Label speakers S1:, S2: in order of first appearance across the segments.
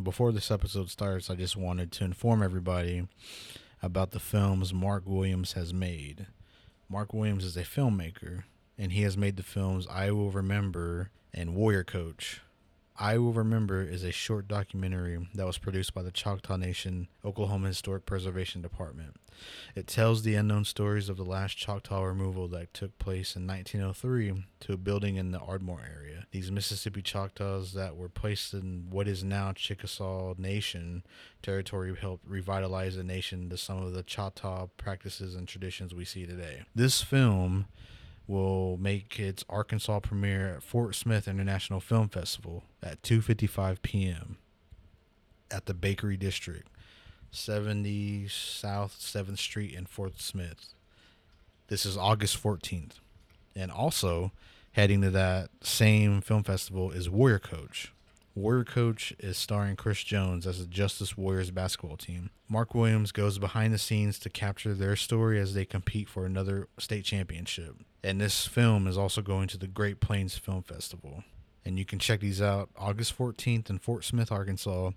S1: before this episode starts, I just wanted to inform everybody about the films Mark Williams has made. Mark Williams is a filmmaker, and he has made the films I Will Remember and Warrior Coach. I Will Remember is a short documentary that was produced by the Choctaw Nation, Oklahoma Historic Preservation Department. It tells the unknown stories of the last Choctaw removal that took place in 1903 to a building in the Ardmore area. These Mississippi Choctaws that were placed in what is now Chickasaw Nation territory helped revitalize the nation to some of the Choctaw practices and traditions we see today. This film will make its Arkansas premiere at Fort Smith International Film Festival at 2:55 p.m. at the Bakery District, 70 South 7th Street in Fort Smith. This is August 14th. And also heading to that same film festival is Warrior Coach. Warrior Coach is starring Chris Jones as the Justice Warriors basketball team. Mark Williams goes behind the scenes to capture their story as they compete for another state championship. And this film is also going to the Great Plains Film Festival. And you can check these out August 14th in Fort Smith, Arkansas,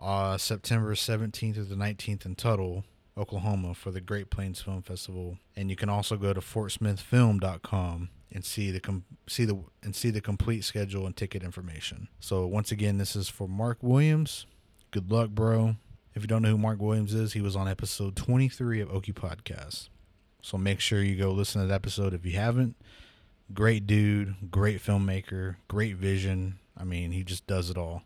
S1: uh, September 17th through the 19th in Tuttle, Oklahoma for the Great Plains Film Festival. And you can also go to fortsmithfilm.com and see the com- see the and see the complete schedule and ticket information. So once again, this is for Mark Williams. Good luck, bro. If you don't know who Mark Williams is, he was on episode 23 of Oki Podcast. So make sure you go listen to that episode if you haven't. Great dude, great filmmaker, great vision. I mean, he just does it all.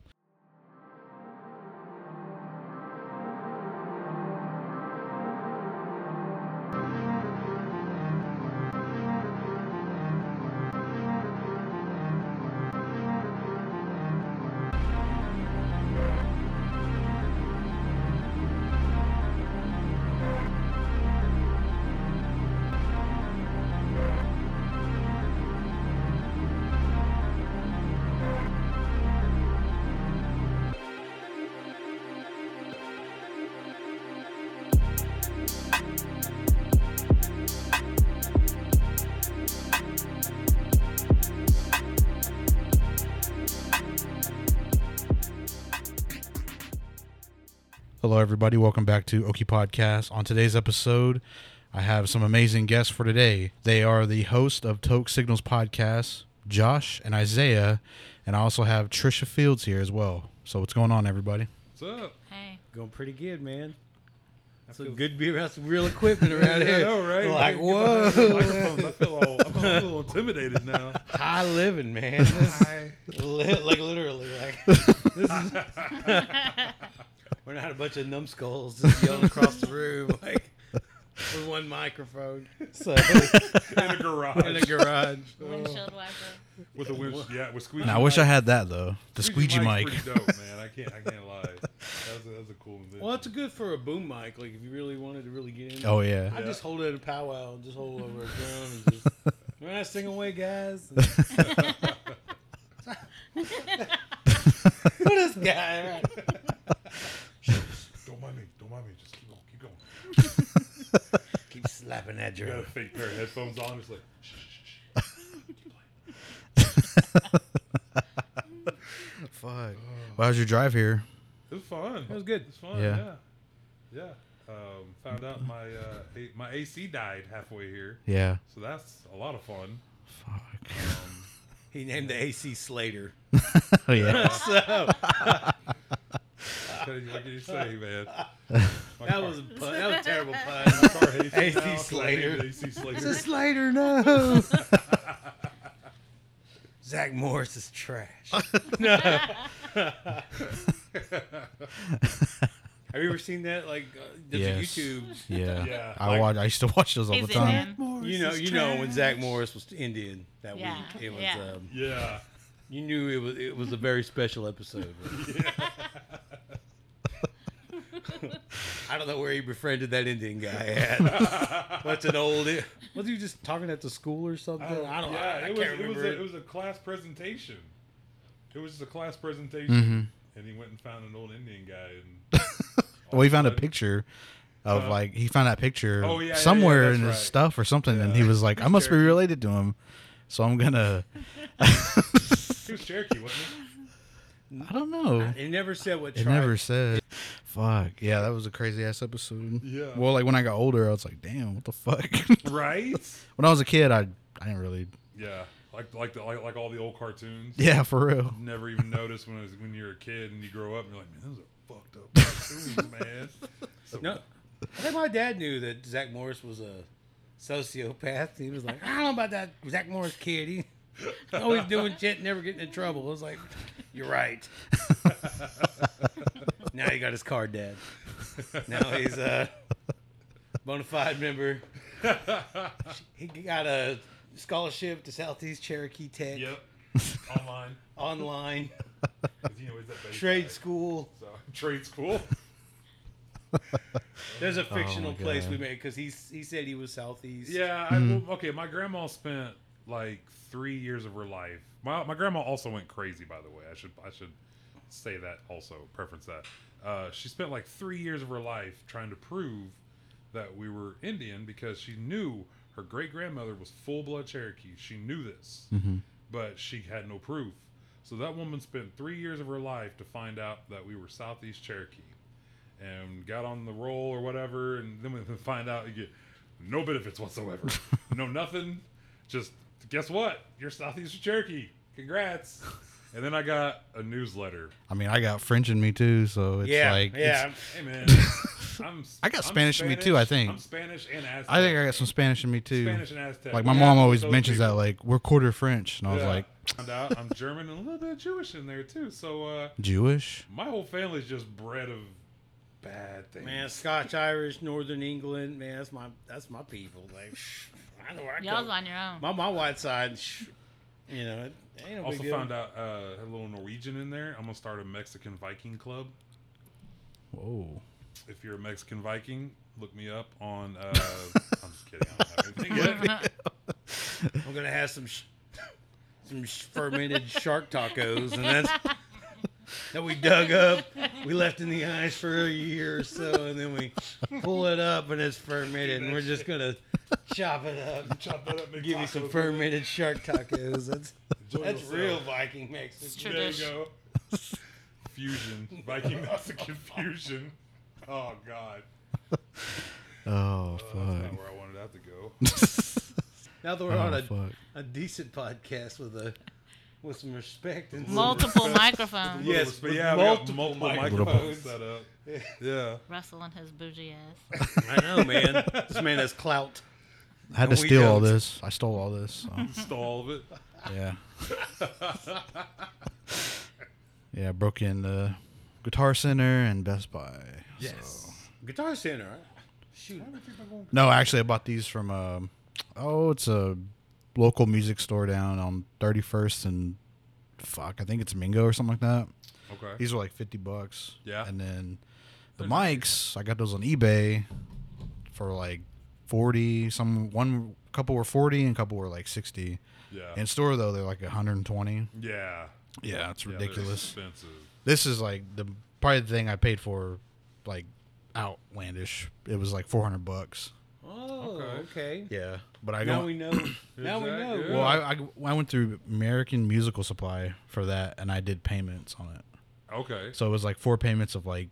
S1: Hello, everybody. Welcome back to Oki Podcast. On today's episode, I have some amazing guests for today. They are the host of Toke Signals Podcast, Josh and Isaiah, and I also have Trisha Fields here as well. So, what's going on, everybody?
S2: What's up?
S3: Hey,
S4: Going pretty good, man. That's
S2: feel-
S4: some good beer. That's some real equipment around
S2: I
S4: here.
S2: know, right? Like,
S4: Like, whoa.
S2: Microphones, I feel all, I feel a little intimidated now.
S4: High living, man. This- li- like, literally. Like, this is, we're not a bunch of numbskulls just yelling across the room. Like, with one microphone. So,
S2: In a garage.
S4: in a garage.
S3: windshield wiper.
S2: With a winch. Yeah, with squeegee.
S1: Now, I wish I
S2: mic.
S1: had that though. The squeegee mic.
S2: mic's Pretty dope, man. I can't. I can't lie. That was a, that was a cool invention.
S4: Well, it's good for a boom mic. Like, if you really wanted to really get in.
S1: Oh yeah.
S4: I
S2: Yeah.
S4: just hold it at a powwow and just hold it over a drum and just, we're not singing away, guys. And- Who this guy? Right?
S2: Don't mind me. Don't mind me. Just keep going. Keep going.
S4: Keep slapping that
S2: You got a
S4: drum.
S2: fake pair of headphones on. It's like. Shh, shh, shh.
S1: Fuck. Well, how's your drive here?
S2: It was fun. It
S4: was good.
S2: It was fun.
S1: Yeah.
S2: Yeah. Yeah. Um, found out my uh, A- my AC died halfway here,
S1: Yeah.
S2: so that's a lot of fun.
S1: Fuck.
S2: Um,
S4: He named the AC Slater.
S1: Oh yeah.
S4: So
S2: what can you say, man? My
S4: that
S2: car-
S4: was a pun. That was a terrible pun.
S2: my car hates me
S4: AC
S2: now, so I named
S4: Slater.
S2: it AC Slater.
S4: Slater, no. Zach Morris is trash. no. Have you ever seen that? Like, uh, there's a
S1: Yes.
S4: YouTube.
S1: Yeah.
S2: Yeah.
S1: I watch. I used to watch those all
S3: He's
S1: the
S3: in
S1: time.
S3: him.
S4: You know, you know when Zach Morris was Indian that
S3: Yeah,
S4: week. It was.
S3: yeah.
S4: Um,
S2: Yeah.
S4: you knew it was. It was a very special episode. I don't know where he befriended that Indian guy at. What's an old? Was he just talking at the school or something? I don't. I, don't,
S2: yeah,
S4: I,
S2: it
S4: can't
S2: was, it, was
S4: remember.
S2: a, it was a class presentation. It was just a class presentation, and he went and found an old Indian guy. And
S1: Well, he found a picture of like he found that picture
S2: Uh, Oh, yeah, yeah,
S1: somewhere
S2: yeah,
S1: in his
S2: that's right.
S1: stuff or something, and he was like, "I must be related to him, so I'm gonna."
S2: he was Cherokee, wasn't
S1: I don't know.
S4: It never said what
S1: It
S4: tribe.
S1: never said. Fuck. Yeah, that was a crazy ass episode.
S2: Yeah.
S1: Well, like when I got older, I was like, damn, what the fuck?
S2: right?
S1: when I was a kid, I I didn't really.
S2: Yeah, like like the, like like all the old cartoons.
S1: Yeah, for real.
S2: Never even noticed when I was, when you're a kid and you grow up and you're like, man, those are fucked up cartoons, man. So,
S4: No, I think my dad knew that Zach Morris was a sociopath. He was like, I don't know about that Zach Morris kid. He always doing shit, never getting in trouble. I was like, you're right. now he got his card, Dad. Now he's a bona fide member. He got a scholarship to Southeast Cherokee Tech
S2: Yep. Online.
S4: online
S2: 'Cause, You know, he's that bass guy.
S4: trade school.
S2: So, trade school.
S4: There's a fictional
S1: God.
S4: place we made because he he said he was Southeast.
S2: Yeah. I, well, okay. My grandma spent like three years of her life. My my grandma also went crazy. By the way, I should I should say that also preference that. Uh, she spent like three years of her life trying to prove that we were Indian because she knew her great grandmother was full blood Cherokee. She knew this, but she had no proof. So that woman spent three years of her life to find out that we were Southeast Cherokee and got on the roll or whatever, and then we find out you get no benefits whatsoever, no nothing. Just guess what? You're Southeastern Cherokee. Congrats. And then I got a newsletter.
S1: I mean, I got French in me too, so it's
S4: yeah,
S1: like.
S4: yeah.
S1: it's-
S2: Hey man, I'm.
S1: Um, I got
S2: I'm
S1: Spanish in me, too, I think.
S2: I'm Spanish and Aztec.
S1: I think I got some Spanish in me too.
S2: Spanish and Aztec.
S1: Like my
S2: Yeah,
S1: mom
S2: I'm
S1: always
S2: those
S1: mentions
S2: people.
S1: that, like we're quarter French, and I was
S2: Yeah.
S1: like
S2: Found out I'm German and a little bit Jewish in there too. So uh,
S1: Jewish.
S2: my whole family's just bred of bad things.
S4: Man, Scotch Irish, Northern England, man, that's my that's my people. Like, shh, I know where I
S3: Y'all's
S4: come.
S3: on your own.
S4: My my white side, shh, you know, it ain't no
S2: Also
S4: big deal.
S2: found out uh, had a little Norwegian in there. I'm gonna start a Mexican Viking club.
S1: Whoa.
S2: If you're a Mexican Viking, look me up on. Uh, I'm just kidding. I don't have anything yet.
S4: I'm gonna have some sh- some sh- fermented shark tacos, and that's that we dug up, we left in the ice for a year or so, and then we pull it up, and it's fermented, and we're just gonna chop it up.
S2: Chop that up, make
S4: Give you some
S2: tacos.
S4: fermented shark tacos. That's
S2: Enjoy
S4: that's
S2: yourself.
S4: real Viking Mexican.
S3: true.
S2: There you
S3: Tradition.
S2: go. Fusion Viking Mexican fusion. Oh God,
S1: Oh
S2: that's not
S1: fuck.
S2: where I wanted that to go.
S4: Now that we're on
S1: Oh
S4: a
S1: fuck.
S4: a decent podcast with a with some respect and some-
S3: Multiple microphones.
S2: Little-
S4: Yes, with
S2: yeah, we got
S4: multiple
S2: multiple microphones
S4: microphones.
S2: set up. Yeah,
S3: Russell and his bougie ass.
S4: I know, man. This man has clout.
S1: I had to
S4: we
S1: steal all
S4: don't.
S1: this. I stole all this. So,
S2: stall of it.
S1: yeah. yeah, I broke in the Guitar Center and Best Buy.
S2: Yes.
S4: Guitar Center. huh? Shoot,
S1: No, actually, I bought these from um, oh, it's a local music store down on 31st and fuck, I think it's Mingo or something like that.
S2: Okay.
S1: These were like 50 bucks.
S2: Yeah.
S1: And then the mics, I got those on eBay for like 40. Some one couple were 40 and a couple were like 60.
S2: Yeah.
S1: In store though, they're like 120.
S2: Yeah.
S1: Yeah, it's
S2: Yeah, they're
S1: ridiculous.
S2: expensive.
S1: this is like the probably the thing I paid for like outlandish. It was like 400 bucks.
S4: Oh, okay.
S2: Okay.
S1: Yeah. But I
S4: Now
S1: got
S4: we know. now we
S2: that
S4: know.
S2: good?
S1: Well, I, I, I went through American Musical Supply for that, and I did payments on it.
S2: Okay.
S1: So it was like four payments of like,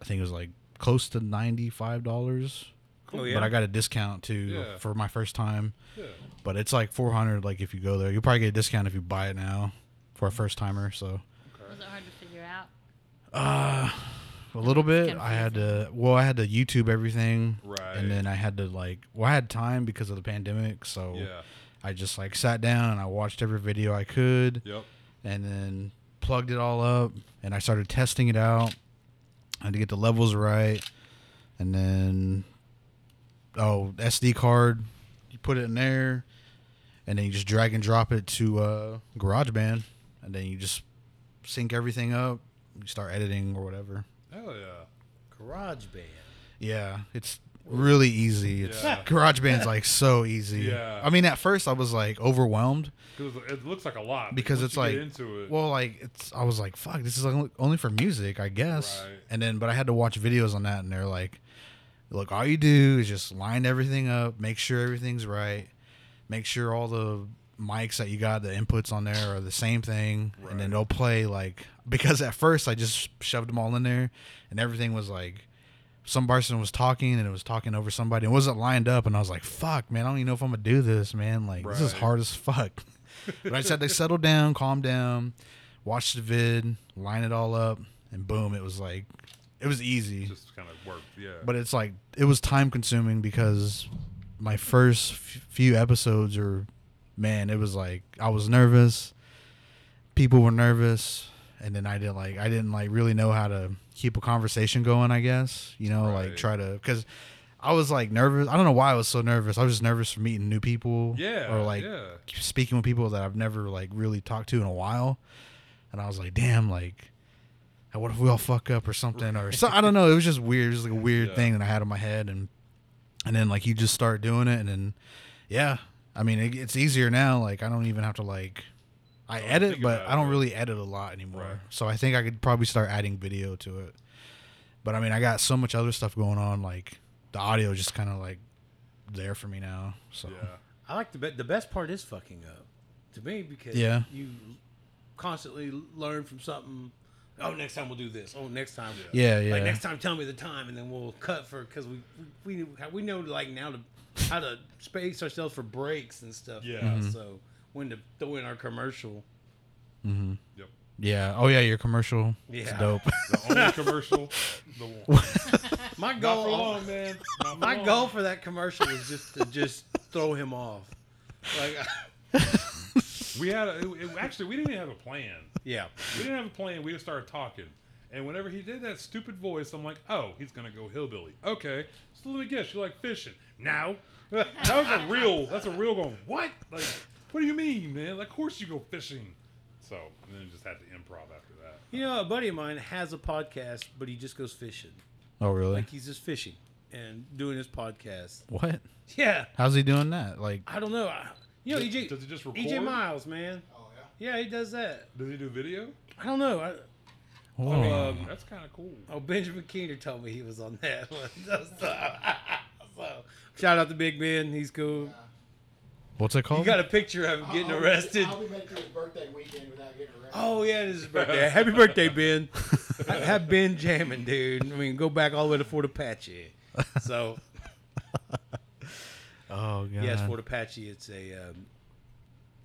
S1: I think it was like close to ninety five dollars.
S4: oh yeah.
S1: But I got a discount too
S2: Yeah.
S1: for my first time.
S2: Yeah.
S1: But it's like four hundred. Like if you go there, you'll probably get a discount if you buy it now for a first timer. So
S3: Was it hard to figure out?
S1: uh, a little bit. I had to. Well, I had to YouTube everything.
S2: Right.
S1: And then I had to like. Well, I had time because of the pandemic, so
S2: Yeah.
S1: I just like sat down and I watched every video I could.
S2: Yep.
S1: and then plugged it all up and I started testing it out. I had to get the levels right. And then oh, SD card, you put it in there and then you just drag and drop it to uh GarageBand and then you just sync everything up, you start editing or whatever.
S2: Hell yeah.
S4: Garage Band.
S1: Yeah, it's really easy. It's
S2: Yeah.
S1: GarageBand's like so easy.
S2: Yeah.
S1: I mean, at first I was like overwhelmed
S2: Because it looks like a lot. but
S1: Because
S2: once
S1: it's
S2: you get
S1: like-
S2: into it.
S1: Well, like it's, I was like, "Fuck, this is only, only for music, I guess."
S2: Right.
S1: And then, but I had to watch videos on that, and they're like, "Look, all you do is just line everything up, make sure everything's right, make sure all the mics that you got, the inputs on there are the same thing, and
S2: Right.
S1: then they'll play like because at first I just shoved them all in there, and everything was like some person was talking and it was talking over somebody. It wasn't lined up, and I was like, "Fuck, man, I don't even know if I'm gonna do this, man. Like this is
S2: Right.
S1: hard as fuck." but I just had to settle down, calm down, watch the vid, line it all up, and boom, it was like it was easy
S2: just kind of worked. Yeah,
S1: but it's like it was time consuming because my first f- few episodes are man it was like i was nervous people were nervous and then i didn't like i didn't like really know how to keep a conversation going i guess you know like
S2: Right.
S1: try to because i was like nervous i don't know why i was so nervous i was just nervous for meeting new people
S2: yeah,
S1: or like
S2: yeah.
S1: speaking with people that i've never like really talked to in a while and i was like damn like what if we all fuck up or something or so i don't know it was just weird it was like a weird
S2: Yeah.
S1: thing that i had in my head and and then like you just start doing it and then yeah i mean it, it's easier now like i don't even have to like i
S2: Don't
S1: edit
S2: think
S1: but
S2: about
S1: i don't
S2: it.
S1: really edit a lot anymore
S2: Right.
S1: so i think i could probably start adding video to it but i mean i got so much other stuff going on like the audio just kind of like there for me now so
S2: yeah.
S4: I like the be- the best part is fucking up to me because
S1: Yeah.
S4: you constantly learn from something. Oh, next time we'll do this. Oh, next time.
S1: yeah yeah
S4: Like next time, tell me the time, and then we'll cut for because we we we know like now to how to space ourselves for breaks and stuff.
S2: Yeah.
S1: Mm-hmm.
S4: now, So when to throw in our commercial.
S2: Yep.
S1: yeah oh yeah your commercial it's
S4: Yeah.
S1: dope
S2: The only commercial, the one.
S4: My
S2: Not for
S4: goal,
S2: long, man. Not for
S4: my
S2: long.
S4: goal for that commercial was just to just throw him off. Like,
S2: We had a, it, it- actually we didn't even have a plan.
S4: yeah.
S2: We didn't have a plan. We just started talking, and whenever he did that stupid voice, I'm like, oh, he's gonna go hillbilly. Okay, so let me guess, you like fishing? Now that was a real. That's a real going. What? Like, what do you mean, man? Like, of course you go fishing. So and then just had to improv after that.
S4: You know, a buddy of mine has a podcast, but he just goes fishing.
S1: oh really
S4: Like he's just fishing and doing his podcast.
S1: what
S4: Yeah,
S1: how's he doing that like
S4: I don't know. I, you know, E
S2: Does-
S4: EJ,
S2: does it just
S4: EJ
S2: record?
S4: Miles, man. Oh yeah. Yeah, he does that.
S2: Does he do video?
S4: I don't know. I,
S1: whoa.
S2: Um, that's kind of cool.
S4: oh, Benjamin Keener told me he was on that one. so, so, shout out to Big Ben. He's cool.
S1: what's it called
S4: You got a picture of him getting
S5: I'll be-
S4: arrested.
S5: I'll be back to his birthday weekend without getting arrested.
S4: Oh yeah, it is his birthday. Happy birthday, Ben. I have Ben jamming, dude. I mean, go back all the way to Fort Apache. So
S1: Oh god.
S4: Yes, Fort Apache. It's a um,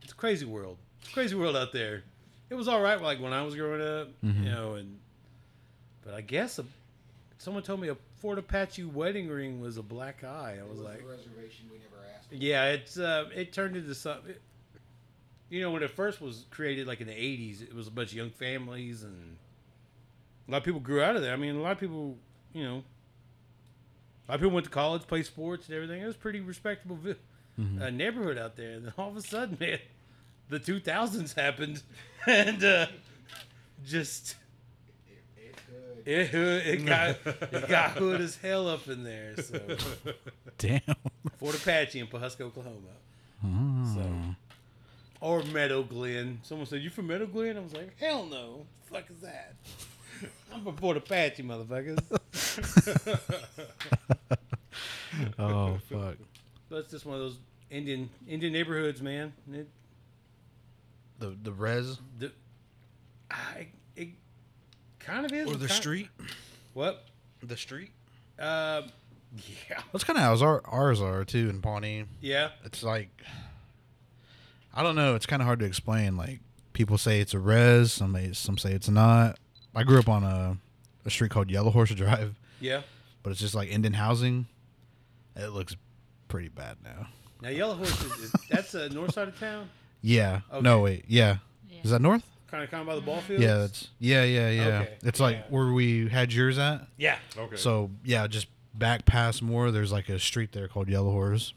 S4: it's a crazy world. It's a crazy world out there. It was all right, like when I was growing up, you know. And but I guess a, someone told me a Fort Apache wedding ring was a black eye. I was
S5: It was
S4: like,
S5: the reservation we never asked.
S4: yeah, it's uh, it turned into something. You know, when it first was created, like in the '80s, it was a bunch of young families and a lot of people grew out of there. I mean, a lot of people, you know, a lot of people went to college, played sports, and everything. It was a pretty respectable vi- uh, neighborhood out there. And then all of a sudden, man, the 2000s happened, and uh, just
S5: It could.
S4: it, it got it got hood as hell up in there. So
S1: Damn.
S4: Fort Apache in Pawhuska, Oklahoma.
S1: Mm.
S4: So, or Meadow Glen. Someone said, "You from Meadow Glen?" I was like, "Hell no! The fuck is that? I'm from Fort Apache, motherfuckers."
S1: oh fuck.
S4: That's just one of those Indian Indian neighborhoods, man. And It,
S1: The the res
S4: the, I, it kind of is.
S1: or
S4: It's
S1: the
S4: kind-
S1: street?
S4: What?
S1: The street?
S4: Uh, yeah,
S1: That's kind of how our, ours are too in Pawnee.
S4: yeah.
S1: It's like I don't know. It's kind of hard to explain. Like people say it's a res. Some may, some say it's not. I grew up on a a street called Yellow Horse Drive,
S4: Yeah.
S1: but it's just like Indian housing. It looks pretty bad now.
S4: Now Yellow Horse is, is that's the north side of town,
S1: Yeah. No wait. Yeah.
S3: Yeah.
S1: Is that north?
S4: kind of kind of by the ball fields.
S1: Yeah. That's yeah yeah yeah.
S4: Okay.
S1: It's like
S4: Yeah.
S1: where we had yours at.
S4: yeah.
S2: Okay.
S1: So yeah, just back past more. There's like a street there called Yellow Horse.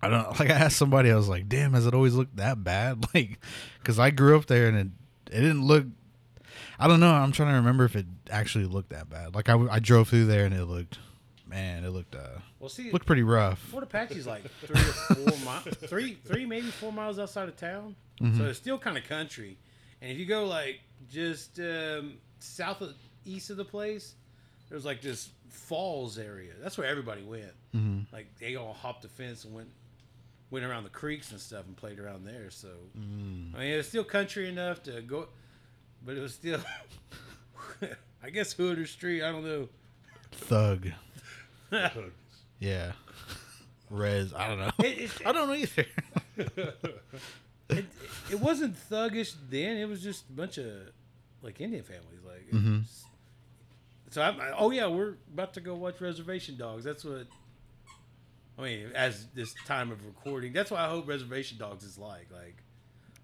S1: I don't like. I asked somebody. I was like, "Damn, has it always looked that bad?" Like, because I grew up there and it it didn't look. I don't know. I'm trying to remember if it actually looked that bad. Like I, w- I drove through there and it looked, man, it looked uh
S4: Well, see,
S1: looked pretty rough.
S4: Fort Apache's like three or four miles, three, three maybe four miles outside of town. So it's still kind of country. And if you go like just um, south of east of the place, there's like this falls area. That's where everybody went. Like they all hopped the fence and went went around the creeks and stuff and played around there. So I mean, it was still country enough to go, but it was still, I guess, Hooters Street. I don't know.
S1: Thug.
S2: Thug.
S1: Yeah. Rez. I don't know.
S4: It, it,
S1: I don't know either.
S4: it, it wasn't thuggish then. It was just a bunch of like Indian families, like. it
S1: Mhm.
S4: was- So I'm. I, oh yeah, we're about to go watch Reservation Dogs. That's what. I mean, as this time of recording, that's why I hope Reservation Dogs is like, like,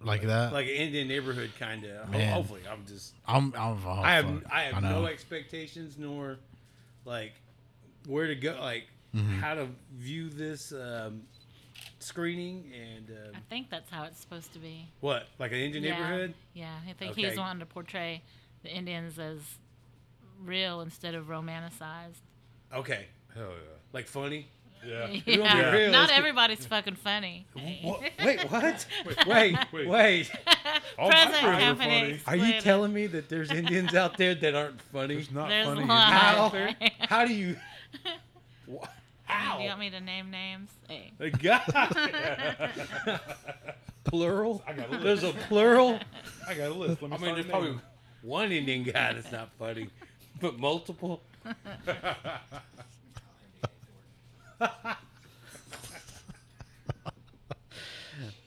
S1: like that. Like
S4: like an Indian neighborhood kind of.
S1: Uh. Man.
S4: Hopefully, I'm just.
S1: I'm. I'm. oh,
S4: I have.
S1: fuck.
S4: I have
S1: know.
S4: no expectations nor, like, where to go, like,
S1: Mm-hmm.
S4: how to view this um, screening and
S3: I
S4: um,
S3: think that's how it's supposed to be.
S4: what, like an Indian
S3: yeah.
S4: neighborhood.
S3: Yeah, I think
S4: Okay.
S3: he's wanting to portray the Indians as real instead of romanticized.
S4: Okay,
S2: Hell
S4: like funny.
S2: yeah. Yeah.
S4: You wanna be
S3: Yeah.
S4: real,
S3: Not
S4: it's-
S3: everybody's fucking funny.
S4: Wait, what? wait,
S2: Wait.
S4: wait,
S2: All my
S3: Present
S2: friends are
S3: company.
S2: funny.
S4: Are you telling me that there's Indians out there that aren't funny?
S2: There's not
S3: There's
S2: funny.
S3: lots.
S4: How?
S3: Right.
S4: How do you? Wha-
S3: Do you
S4: How?
S3: want me to name names? Hey.
S4: God. plural.
S2: I got a
S4: There's
S2: list.
S4: a plural.
S2: I got a list. Let me
S4: I mean, there's
S2: start
S4: probably
S2: naming.
S4: one Indian guy that's not funny, but multiple.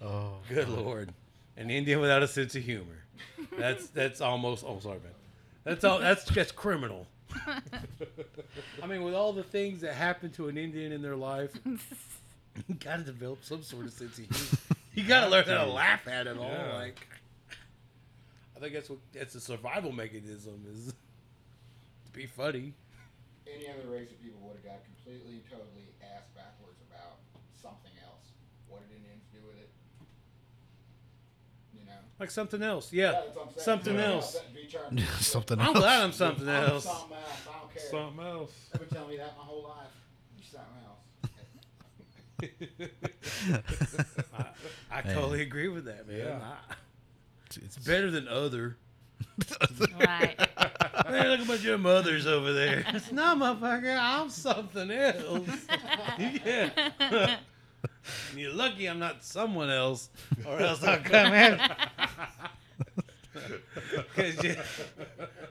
S1: Oh.
S4: Good lord, an Indian without a sense of humor. That's that's almost. Oh, sorry, man. That's all. That's just criminal. I mean, with all the things that happen to an Indian in their life, you gotta develop some sort of sense of humor. You gotta learn how to laugh at it all.
S2: Yeah.
S4: Like, I think that's what that's a survival mechanism is to be funny.
S5: Any other race of people would have got completely, totally ass backwards about something else. What did Indians do with it? You know?
S4: Like something else, yeah,
S5: That's what I'm saying.
S4: something
S5: Yeah.
S4: else.
S5: Be charming.
S1: Something
S4: I'm
S1: else.
S4: glad I'm something
S5: I'm
S4: else.
S5: Something else. I don't care.
S2: Something else.
S5: You've been telling me that my whole life. You're something else.
S4: I, I
S1: Man.
S4: totally agree with that, man.
S2: Yeah.
S4: I-
S1: It's-
S4: it's better than other.
S3: Right.
S4: Hey, look at bunch of mothers over there. It's not, motherfucker. I'm something else. yeah. You're lucky I'm not someone else, or else I'll come after. Cause you...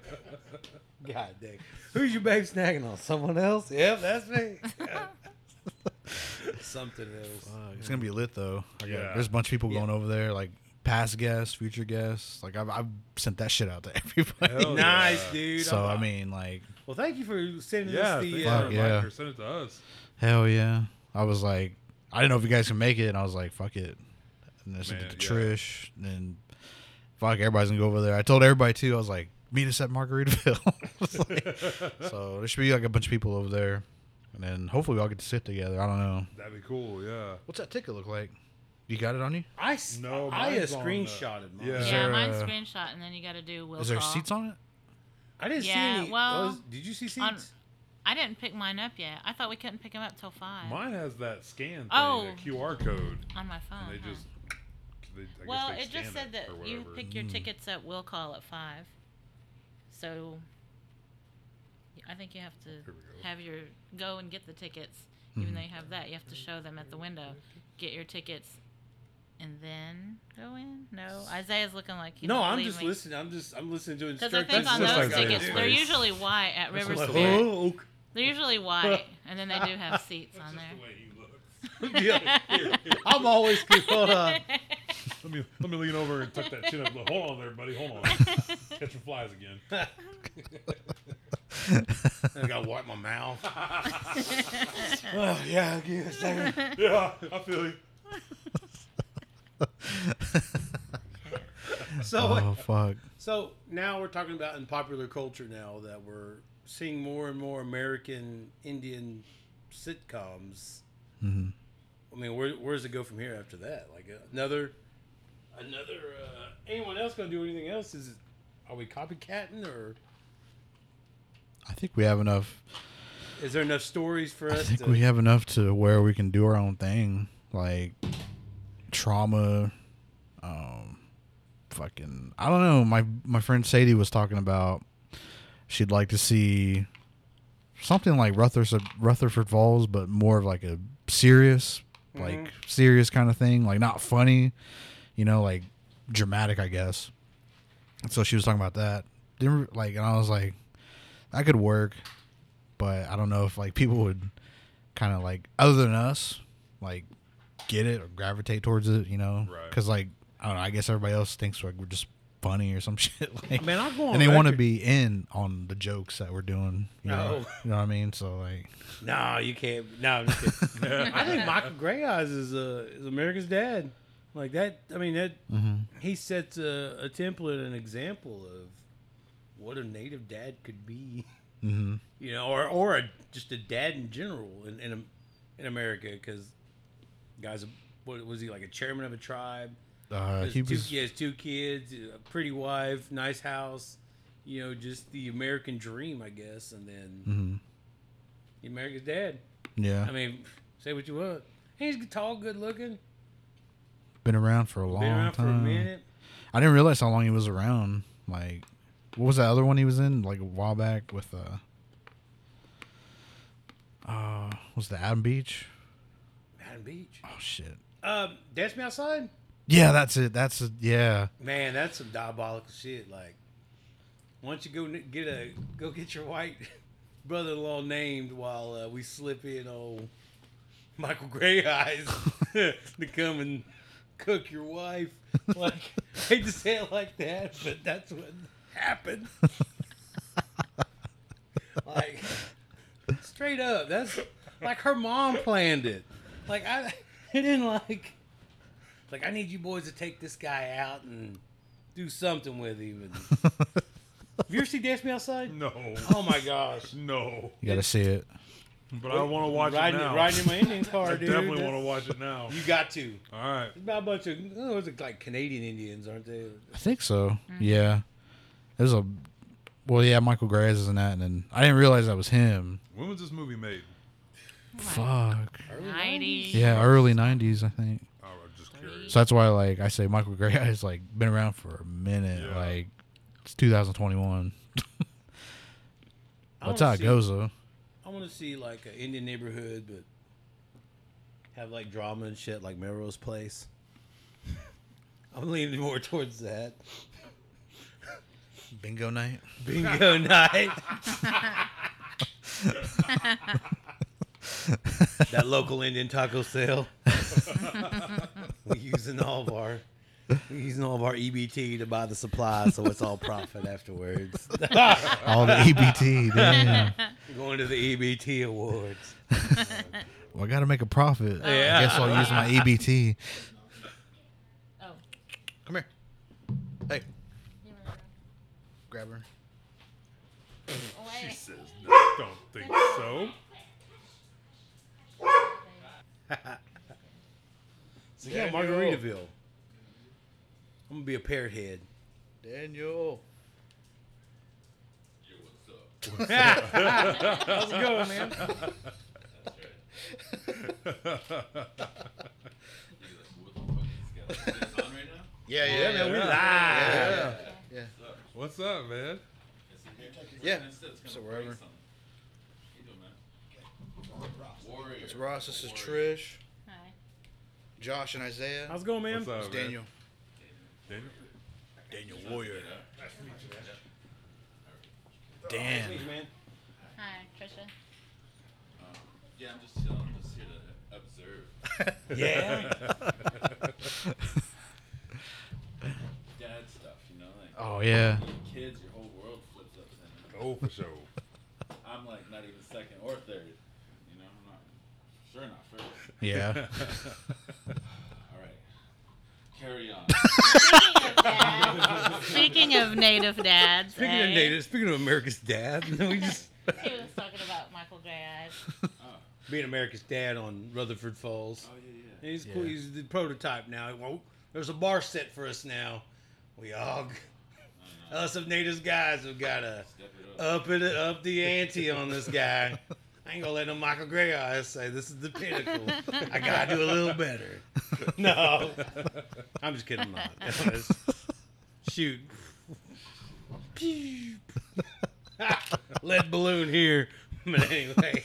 S4: God dang. Who's your babe snagging on? Someone else? Yep, that's me. something else.
S1: Uh, it's gonna be lit though. I got,
S2: Yeah.
S1: There's a bunch of people
S4: Yeah.
S1: going over there, like past guests, future guests. Like I've, I've sent that shit out to everybody.
S2: Hell
S4: nice,
S2: yeah.
S4: dude.
S1: so
S4: I'm-
S1: I mean, like
S4: well, thank you for sending
S2: Yeah.
S4: us
S2: thank
S4: the.
S2: you
S4: Uh,
S2: for the
S1: yeah.
S2: reminder. Send it to us.
S1: hell yeah. I was like, I didn't know if you guys can make it, and I was like, fuck it. And there's
S2: Man,
S1: like
S2: yeah.
S1: Trish, and fuck, everybody's gonna go over there. I told everybody too. I was like, meet us at Margaritaville. I was like- so there should be like a bunch of people over there, and then hopefully we all get to sit together. I don't know.
S2: That'd be cool. Yeah.
S1: What's that ticket look like? You got it on you?
S4: I, s-
S2: No,
S4: I uh,
S2: mine's on the-
S4: screenshotted mine.
S2: Yeah.
S3: yeah,
S1: Is there
S3: mine
S1: a-
S3: screenshot, and then you got to do will
S1: Is there
S3: call.
S1: seats on it?
S4: I didn't
S3: Yeah,
S4: see any.
S3: well,
S4: those- did you see seats?
S3: on- I didn't pick mine up yet. I thought we couldn't pick them up till five
S2: Mine has that scan thing,
S3: Oh.
S2: that QR code,
S3: on my phone.
S2: and they
S3: huh?
S2: just. They, I guess
S3: well,
S2: they
S3: it just
S2: scan
S3: said that
S2: or
S3: you
S2: whatever.
S3: pick your tickets at will call at five. So y- I think you have to
S2: Here we go.
S3: have your go and get the tickets. Even though
S1: Mm-hmm.
S3: you have that, you have to show them at the window. Get your tickets, and then go in. No, Isaiah's looking like he
S4: no,
S3: don't
S4: I'm
S3: believe
S4: just
S3: me.
S4: listening. I'm just I'm listening to
S3: Because I
S4: instructions.
S3: think on
S2: just
S3: those
S2: like Isaiah's
S3: tickets, they're
S2: face.
S3: usually white at River
S4: Like,
S3: Spirit.
S4: oh, okay.
S3: They're usually white, and then they do have seats on
S2: Just the
S3: there.
S2: way he looks.
S4: oh, Yeah. I'm uh, always good. Hold on.
S2: Let me let me lean over and tuck that chin up. Look, Hold on there, buddy. Hold on. Catching flies again.
S4: I gotta wipe my mouth. oh yeah, give me a second.
S2: Yeah, I feel you.
S4: So
S2: Uh-huh.
S1: Oh fuck.
S4: so now we're talking about in popular culture now that we're seeing more and more American Indian sitcoms.
S2: Mm-hmm.
S1: Mhm.
S4: I mean, where, where does it go from here after that? Like uh, another, another. Uh, anyone else gonna do anything else? Is it, are we copycatting or
S1: I think we have enough.
S4: is there enough stories for
S1: I
S4: us?
S1: think
S4: to,
S1: we have enough to where we can do our own thing, like trauma. Um, fucking, I don't know. My my friend Sadie was talking about she'd like to see something like Rutherford Rutherford Falls, but more of like a serious like serious kind of thing, like not funny, you know, like dramatic, I guess. And so she was talking about that. Didn't like, and I was like, that could work, but I don't know if like people would kind of like other than us, like get it or gravitate towards it, you know?
S2: Right.
S1: Because like I don't know, I guess everybody else thinks like we're just funny or some shit. Like,
S4: Man, I'll go on
S1: and they want to
S4: record-
S1: be in on the jokes that we're doing. You know,
S4: No.
S1: you know what I mean? So like,
S4: No, you can't. No, I'm just kidding. I think Michael Gray Eyes is, uh, is America's dad. Like that. I mean, that
S1: Mm-hmm.
S4: he sets a, a template, an example of what a native dad could be.
S1: hmm
S4: You know, or or a, just a dad in general in in, in America, because guys, what was he like a chairman of a tribe?
S1: uh,
S4: Has
S1: he
S4: two,
S1: was
S4: he has two kids, a pretty wife, nice house. You know, just the American dream, I guess. And then
S1: Mhm.
S4: the America's dad.
S1: yeah
S4: I mean, say what you want. He's tall, good looking.
S1: been around for a long
S4: Been around for a
S1: time.
S4: minute.
S1: I didn't realize how long he was around. Like, what was that other one he was in like a while back with uh, uh, was the Adam Beach?
S4: Mountain Beach.
S1: Oh shit.
S4: Um, Dance Me Outside.
S1: Yeah, that's it. That's it. Yeah.
S4: Man, that's some diabolical shit. Like, once you go n- get a go get your white brother-in-law named while uh, we slip in old Michael Gray Eyes to come and cook your wife. Like, I hate to say it like that, but that's what happened. like, straight up, that's like her mom planned it. Like, I it didn't like. Like, I need you boys to take this guy out and do something with him. And, have you ever seen Dance Me Outside?
S2: No.
S4: Oh my gosh.
S2: No.
S1: You gotta see it.
S2: But I want to watch
S4: riding,
S2: it now.
S4: riding in my Indian car,
S2: I
S4: dude.
S2: definitely want to watch it now.
S4: You got to. It's
S2: All right.
S4: about a bunch of oh, it's like Canadian Indians, aren't they?
S1: I think so. Yeah. There's a well, yeah, Michael Graves is in that, and then I didn't realize that was him.
S2: When was this movie made?
S1: Fuck.
S4: Early
S3: 90.
S1: Yeah, early '90s, I think.
S2: Oh, I'm just curious.
S1: So that's why, like, I say Michael Gray has like been around for a minute.
S2: Yeah.
S1: Like, it's 2021. That's
S4: I wanna
S1: how it
S4: see-
S1: goes, though.
S4: I want to see like an Indian neighborhood, but have like drama and shit, like Melrose Place. I'm leaning more towards that.
S1: Bingo night.
S4: Bingo night. that local Indian taco sale. we using all of our we using all of our EBT to buy the supplies, so it's all profit afterwards.
S1: All the E EBT. Damn.
S4: Going to the EBT awards.
S1: Well, I gotta make a profit.
S4: Yeah.
S1: I guess I'll use my E EBT.
S3: Oh.
S1: Come here. Hey, grab her.
S3: Oh,
S2: She says no. Don't think so.
S4: So yeah, Margaritaville. I'm gonna be a parrot head.
S1: Daniel.
S4: How's it going, man?
S1: Yeah,
S4: Yeah, man, we live.
S2: What's up, man?
S1: Yeah. So wherever. It's Ross. This is Trish,
S3: Hi.
S1: Josh, and Isaiah.
S4: How's it going, man?
S2: What's up, man?
S1: Daniel.
S2: Daniel?
S1: Daniel Warrior. Dan.
S4: Hey, man.
S3: Hi, Trisha.
S6: Um, Yeah, I'm just chilling. I'm just here to observe.
S4: Yeah.
S6: Dad stuff, you know, like
S1: Oh yeah.
S6: when you have kids, your whole world flips upside down.
S2: Oh, for sure.
S6: I'm like not even second or third. You know, I'm not sure not first.
S1: Yeah.
S6: All right, carry on.
S3: Speaking of native dads.
S4: Speaking
S3: eh?
S4: of native, speaking of America's dad, we just
S3: He was talking about Michael Gray Eyes.
S4: being America's dad on Rutherford Falls.
S6: oh yeah, yeah.
S4: And he's cool.
S1: Yeah.
S4: He's the prototype now. Well, there's a bar set for us now. We all, g- us of natives guys, have got to
S6: Step it up.
S4: up it up the ante on this guy. I ain't gonna let no Michael Gray eyes say this is the pinnacle. I gotta do a little better. No, I'm just kidding. I'm not. That was- Shoot. Pew. Lead balloon here. But anyway,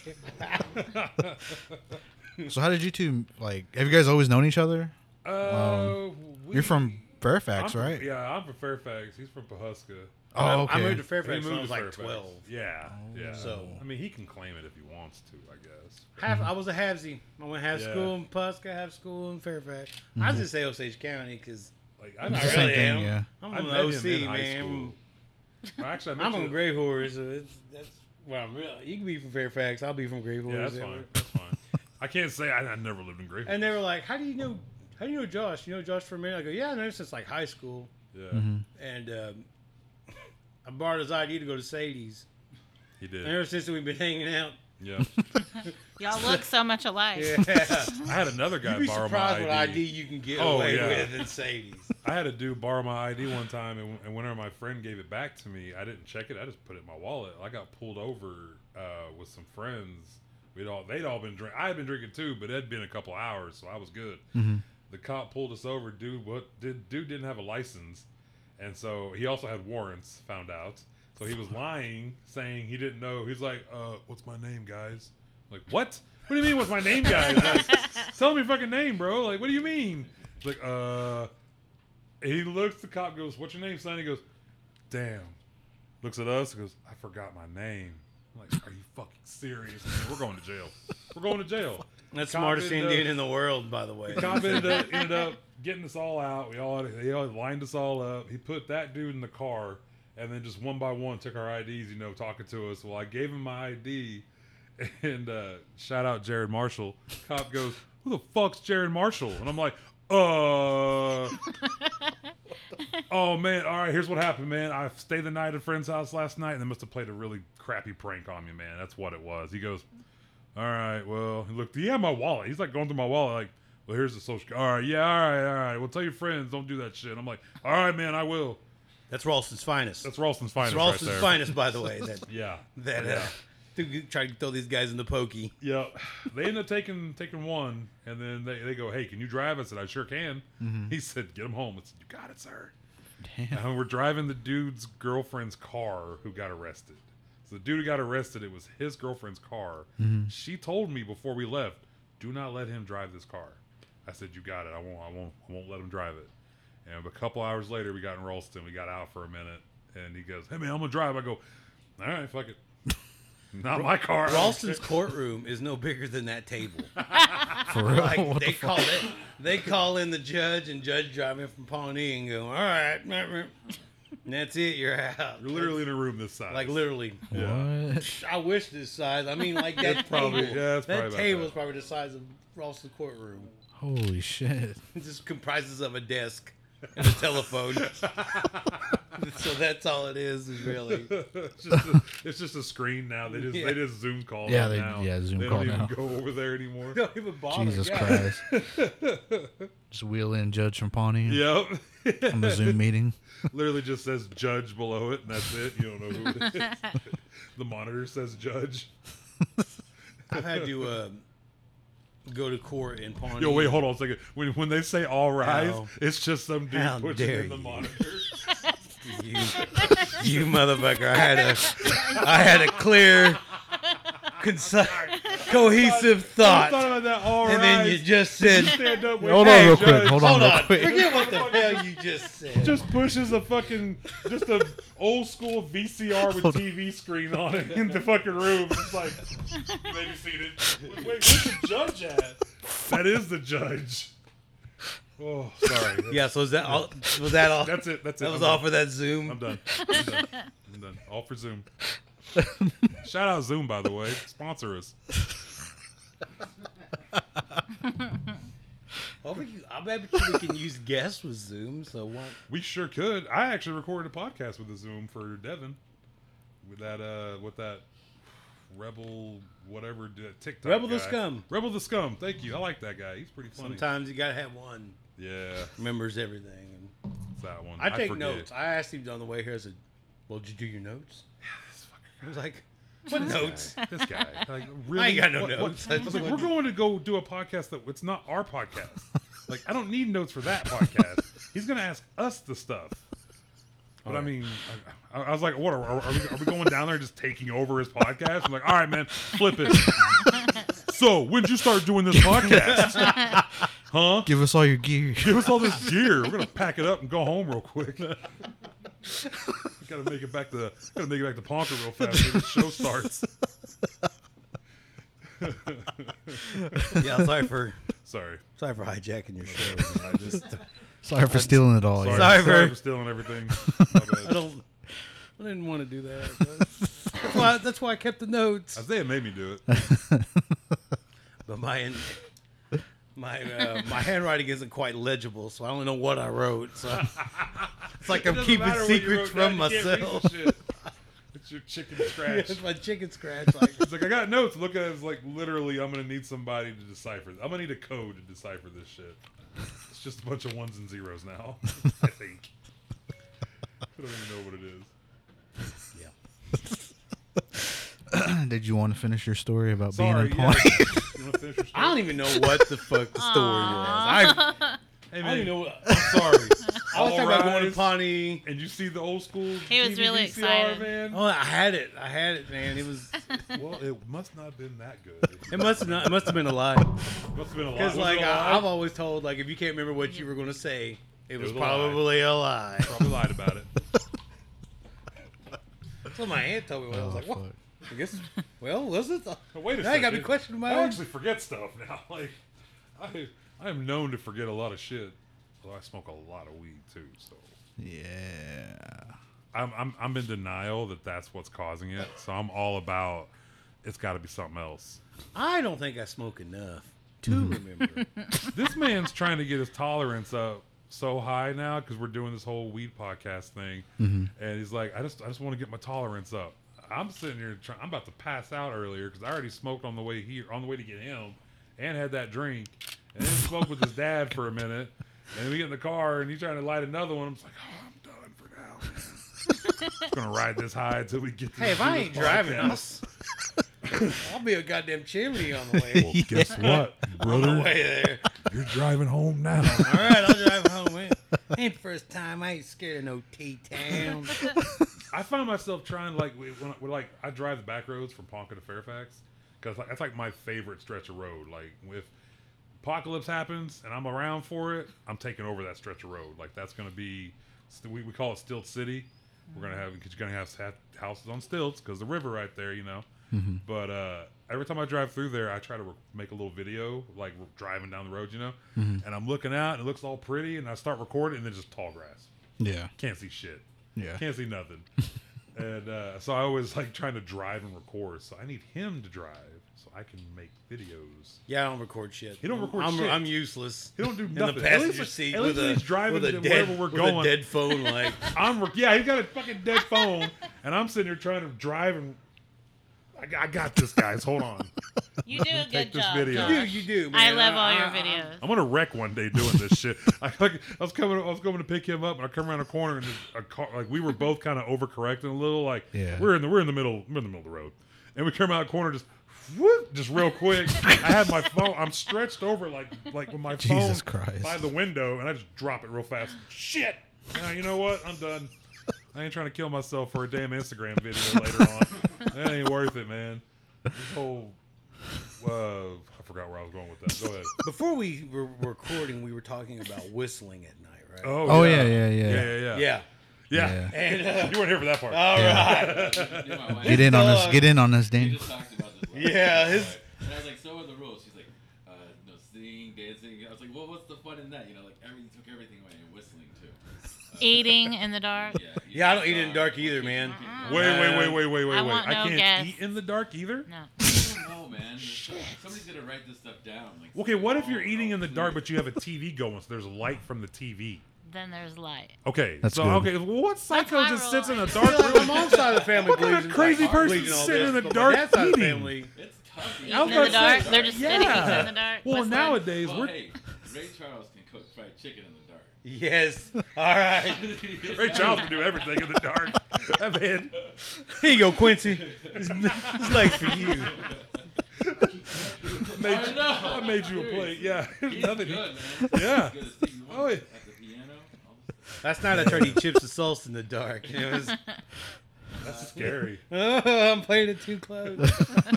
S1: So how did you two like? Have you guys always known each other?
S2: Uh, we,
S1: Um, You're from
S2: I'm
S1: Fairfax,
S2: from-
S1: right?
S2: Yeah, I'm from Fairfax. He's from Pahuska.
S4: I-
S1: Oh, okay.
S4: I moved to
S2: He
S4: Fairfax
S2: moved
S4: when I
S2: to
S4: was like
S2: Fairfax.
S4: 12.
S2: Yeah, yeah.
S1: Oh.
S4: So-
S2: I mean, he can claim it if he wants to, I guess.
S4: Half, I was a halfsy. I went half
S2: Mm-hmm. Yeah. Mm-hmm.
S4: school in Puska, half school in Fairfax. I just say Osage County because
S2: Like
S4: I'm
S1: It's
S4: not
S1: the
S2: met-
S1: same
S4: really
S1: thing,
S4: am.
S1: yeah.
S4: I'm
S2: I
S4: from
S2: met him
S4: the
S2: in
S4: OC,
S2: high
S4: man.
S2: school. Well, actually, I met
S4: I'm
S2: you-
S4: from Great Horse, so it's that's where I'm real. You can be from Fairfax. I'll be from Great Horse.
S2: Yeah, that's fine. That's fine. I can't say I, I never lived in Great.
S4: And they were like, "How do you know? How do you know Josh? You know Josh for a minute?" I go, "Yeah, I know him since like high school."
S2: yeah,
S4: And um, I borrowed his ID to go to Sadie's.
S2: he
S4: And
S2: did.
S4: ever since then, we've been hanging out.
S2: Yeah,
S3: Y'all look so much alike.
S4: Yeah.
S2: I had another guy
S4: You'd be
S2: borrow
S4: surprised
S2: my
S4: what ID you can get
S2: Oh,
S4: away
S2: yeah.
S4: with in Sadie's.
S2: I had a dude borrow my ID one time, and, and whenever my friend gave it back to me, I didn't check it. I just put it in my wallet. I got pulled over uh, with some friends. We'd all they'd all been drink. I had been drinking too, but it had been a couple hours, so I was good. The cop pulled us over. Dude, what did dude didn't have a license, and so he also had warrants. Found out, so he was lying, saying he didn't know. He's like, "Uh, what's my name, guys?" Like, what? What do you mean, what's my name, guys? Like, tell me your fucking name, bro. Like, what do you mean? He's like, uh, he looks, the cop goes, What's your name, son? He goes, Damn. Looks at us and goes, I forgot my name. I'm like, Are you fucking serious? We're going to jail. We're going to jail.
S4: That's
S2: Cop
S4: smartest
S2: ended
S4: Indian
S2: up-
S4: in the world, by the way.
S2: The cop ended up, ended up getting us all out. We all, he all lined us all up. He put that dude in the car and then just one by one took our IDs, you know, talking to us. Well, I gave him my ID and uh, shout out Jared Marshall. Cop goes, Who the fuck's Jared Marshall? And I'm like, Uh. Oh man! All right, here's what happened, man. I stayed the night at a friend's house last night, and they must have played a really crappy prank on me, man. That's what it was. He goes, "All right, well, he looked. Yeah, my wallet. He's like going through my wallet, like, well, here's the social. All right, yeah, all right, all right. Well, tell your friends, don't do that shit. I'm like, all right, man, I will.
S4: That's Ralston's finest.
S2: That's Ralston's finest.
S4: That's Ralston's
S2: right there.
S4: finest, by the way. That
S2: Yeah,
S4: that uh, to try to throw these guys in the pokey.
S2: yeah. They ended up taking taking one, and then they, they go, "Hey, can you drive?" I said, "I sure can." He said, "Get him home." I said, "You got it, sir." And we're driving the dude's girlfriend's car who got arrested. So the dude who got arrested, it was his girlfriend's car. She told me before we left, do not let him drive this car. I said, You got it. I won't I won't I won't let him drive it. And a couple hours later we got in Ralston, we got out for a minute, and he goes, Hey man, I'm gonna drive. I go, All right, fuck it. Not my car.
S4: Ralston's courtroom is no bigger than that table.
S1: For real.
S4: Like
S1: What the
S4: they
S1: fuck?
S4: call it, they call in the judge, and judge driving from Pawnee and go, all right, meh, meh." and that's it. You're out.
S2: You're literally in a room this size.
S4: like literally.
S1: What?
S4: I wish this size. I mean, like that
S2: probably-
S4: table.
S2: yeah, it's probably
S4: that
S2: about
S4: table
S2: that.
S4: is probably the size of Ralston's courtroom.
S1: Holy shit!
S4: It just comprises of a desk and a telephone. so that's all it is, is really.
S2: it's, just a, it's just a screen now. They just
S4: Yeah.
S2: they just Zoom call.
S1: Yeah,
S2: that
S1: they-
S2: now.
S1: yeah, Zoom
S2: they
S1: call
S2: don't
S1: now.
S2: even go over there anymore.
S4: Don't even bother.
S1: Jesus
S4: yeah.
S1: Christ! Just wheel in Judge from Pawnee
S2: Yep.
S1: on the Zoom meeting.
S2: Literally just says judge below it, and that's it. You don't know who it is. the monitor says judge.
S4: I've had to um, go to court in Pawnee.
S2: Yo, wait, hold on a second. When when they say all rise,
S4: How-
S2: it's just some dude
S4: how
S2: pushing
S4: dare
S2: in the
S4: you.
S2: monitor.
S4: You, you motherfucker! I had a, I had a clear, concise, cohesive
S2: I thought
S4: thought,
S2: about that. All
S4: and then you
S2: rise.
S4: just said,
S2: Stand up, wait,
S1: Hold on,
S2: hey,
S1: real quick.
S2: judge.
S1: Hold on,
S4: "Hold
S1: real
S4: on,
S1: quick.
S4: forget what the hell you just said."
S2: just pushes a fucking just a old school VCR with TV screen on it in the fucking room. It's like lady seated. Wait, where's the judge at? That is the judge. Oh, sorry.
S4: yeah. So was that all? Was that all?
S2: That's it. That's it.
S4: That was
S2: I'm
S4: all
S2: done.
S4: for that Zoom.
S2: I'm done. I'm done. I'm done. All for Zoom. Shout out Zoom, by the way. Sponsor us.
S4: Well, we can- I bet you we can use guests with Zoom. So what?
S2: We sure could. I actually recorded a podcast with a Zoom for Devin. With that, uh, with that rebel, whatever d- TikTok.
S4: Rebel the
S2: guy.
S4: Scum.
S2: Rebel the scum. Thank you. I like that guy. He's pretty funny.
S4: Sometimes you gotta have one
S2: Yeah,
S4: remembers everything.
S2: it's that one.
S4: I take
S2: forget.
S4: notes. I asked him on the way here. I said, "Well, did you do your notes?"
S2: This fucker-
S4: I was like, "What notes?"
S2: This guy, like, really,
S4: got no notes.
S2: I was like, we're going to go do a podcast that it's not our podcast. like, I don't need notes for that podcast. He's gonna ask us the stuff. But I mean, I, I was like, what are, are, we, are we going down there just taking over his podcast? I'm like, all right, man, flip it. So, when would you start doing this podcast? huh?
S1: Give us all your gear.
S2: Give us all this gear. We're gonna pack it up and go home real quick. gotta make it back to gotta make it back to Ponca real fast before the show starts.
S4: Yeah, sorry for
S2: Sorry.
S4: sorry for hijacking your show.
S2: I just
S1: Sorry for stealing it all.
S2: sorry,
S1: yeah.
S2: sorry,
S4: Sorry.
S2: for stealing everything. My bad.
S4: I don't. I didn't want to do that. but- That's why, that's why I kept the notes.
S2: Isaiah made me do it.
S4: But my my uh, my handwriting isn't quite legible, so I don't know what I wrote. So it's like I'm
S2: Doesn't
S4: keeping
S2: matter what you
S4: secrets
S2: wrote down,
S4: from
S2: you can't
S4: myself.
S2: read the shit. It's your chicken scratch.
S4: it's my chicken scratch. Like,
S2: It's like I got notes. Look at it. It's like literally, I'm gonna need somebody to decipher. I'm gonna need a code to decipher this shit. It's just a bunch of ones and zeros now. I think. I don't even know what it is.
S4: yeah.
S1: Did you want to finish your story about
S2: Sorry.
S1: being in
S2: Yeah.
S1: pawn?
S2: you want to finish your story?
S4: I don't even know what the fuck the story was. I,
S2: Hey,
S4: I don't
S2: man,
S4: even know. What, I'm sorry. I
S2: All
S4: was talking about going
S2: rise.
S4: to Pawnee.
S2: And you see the old school.
S3: He was
S2: TV,
S3: really
S2: VCR,
S3: excited.
S2: Man?
S4: Oh, I had it. I had it, man. It was.
S2: Well, it must not have been that good.
S4: It must have not. It must have been a lie.
S2: must have been a lot.
S4: Because
S2: Was it
S4: like
S2: a
S4: I,
S2: lie?
S4: I've always told, like if you can't remember what you were going to say, it, was,
S2: was a lie.
S4: probably a lie.
S2: probably lied about it.
S4: That's what my aunt told me. When I was
S1: Oh,
S4: like, what?
S1: fuck.
S4: I guess. Well, was it?
S2: But wait a
S4: now
S2: second.
S4: you got me questioning my
S2: I
S4: own.
S2: actually forget stuff now. Like, I I am known to forget a lot of shit. Although I smoke a lot of weed too, so
S1: Yeah.
S2: I'm I'm I'm in denial that that's what's causing it. So I'm all about it's got to be something else.
S4: I don't think I smoke enough to remember.
S2: This man's trying to get his tolerance up so high now because we're doing this whole weed podcast thing, and he's like, I just I just want to get my tolerance up. I'm sitting here trying. I'm about to pass out earlier because I already smoked on the way here, on the way to get him, and had that drink, and then smoked with his dad for a minute, and then we get in the car and he's trying to light another one. I'm just like, oh, I'm done for now. man." just gonna ride this high until we get. This
S4: hey, if I
S2: this
S4: ain't driving, I'll,
S2: podcast.
S4: s- I'll be a goddamn chimney on the way.
S2: Well, guess what,
S4: on the
S2: brother?
S4: way there.
S2: You're driving home now.
S4: All right, I'll drive home. Man. Ain't first time. I ain't scared of no T town.
S2: I find myself trying like when, I- when like I drive the back roads from Ponca to Fairfax because like that's like my favorite stretch of road. Like if apocalypse happens and I'm around for it, I'm taking over that stretch of road. Like that's gonna be we, we call it Stilt City. We're gonna have because you're gonna have ha- houses on stilts because the river right there, you know. But uh, every time I drive through there, I try to re- make a little video like r- driving down the road, you know. And I'm looking out and it looks all pretty, and I start recording, and then just tall grass.
S1: Yeah.
S2: Can't see shit.
S1: Yeah.
S2: Can't see nothing. and uh, so I was like trying to drive and record. So I need him to drive so I can make videos.
S4: Yeah, I don't record shit.
S2: You don't record
S4: I'm,
S2: shit.
S4: I'm useless.
S2: He don't do
S4: In the
S2: nothing. At least-
S4: passenger seat
S2: at
S4: with
S2: least
S4: a,
S2: when he's driving
S4: with a
S2: to
S4: dead,
S2: wherever we're
S4: with
S2: going.
S4: a dead phone. Like
S2: I'm re- yeah, he's got a fucking dead phone, and I'm sitting here trying to drive and. I, I got this, guys. Hold on.
S3: You do a good
S2: Take this
S3: job.
S2: video.
S4: you,
S3: Josh.
S4: you do. Man.
S3: I love all your
S4: I- I-
S3: videos.
S2: I'm gonna wreck one day doing this shit. I, like, I was coming, I was going to pick him up, and I come around a corner, and there's a car, like we were both kind of overcorrecting a little. Like
S1: Yeah.
S2: we're in the we're in the middle we're in the middle of the road, and we come out a corner just. Whoop, just real quick, I have my phone. I'm stretched over like like with my
S1: Jesus
S2: phone
S1: Christ.
S2: by the window, and I just drop it real fast. Shit! Now you know what? I'm done. I ain't trying to kill myself for a damn Instagram video later on. That ain't worth it, man. This whole uh, I forgot where I was going with that. Go ahead.
S4: Before we were recording, we were talking about whistling at night, right?
S1: Oh, yeah, yeah, yeah.
S2: yeah, Oh, yeah, yeah.
S4: yeah.
S2: Yeah.
S4: And uh,
S2: You weren't here for that part.
S4: all
S1: Yeah.
S4: right.
S6: You know, my wife,
S1: Get in on
S4: Uh,
S1: us. Get in on us,
S6: we
S1: Dan.
S6: just talked about this. last
S4: Yeah,
S6: night.
S4: his-
S6: And I was like, so what are the rules? She's like, uh, no singing, dancing. I was like, well, what's the fun in that? You know, like every, you took everything away and whistling too.
S3: Eating in the dark.
S6: Yeah. you
S4: Yeah, I
S6: know,
S4: don't eat it in
S6: uh,
S4: dark either, man.
S3: Mm-hmm.
S2: wait, wait, wait, wait, wait, wait,
S3: I
S2: wait.
S3: want
S2: I
S3: no
S2: can't
S3: guess.
S2: eat in the dark either.
S3: No.
S6: I don't know, man. Somebody's gonna write this stuff down. Like,
S2: Okay, what if you're eating in the dark, but you have a TV going, so there's light from the TV?
S3: Then there's light.
S2: Okay,
S1: That's
S2: so
S1: good.
S2: okay, what psycho
S3: my
S2: just sits in a
S3: rule.
S2: dark
S4: Like, my
S2: room?
S4: mom's side of the family
S2: What kind
S4: believes
S2: of
S4: in-
S2: crazy
S4: like,
S2: person
S4: believes all
S2: sitting
S4: this,
S2: in the
S4: but my
S2: dark
S4: dad's side of the
S2: eating?
S4: family-
S6: It's tough.
S3: Eating in the
S2: gonna say-
S3: dark. They're just sitting eating in the dark.
S2: Well,
S3: Whistling.
S2: nowadays
S6: Well,
S2: we're
S6: hey, Ray Charles can cook fried chicken in the dark.
S4: Yes. All right.
S2: Ray Charles can do everything in the dark. I mean,
S4: Here you go, Quincy. it's like for you.
S2: I made,
S6: I
S2: you,
S6: know.
S2: I made you a plate. Yeah, there's
S6: He's
S2: nothing.
S6: good, man. He's
S2: Yeah.
S6: good as Stevie Wonder
S2: Oh, yeah.
S6: At the piano. all this stuff.
S4: Last night I tried to eat chips and salsa in the dark. and It was
S2: That's scary.
S4: Oh, I'm playing it too close.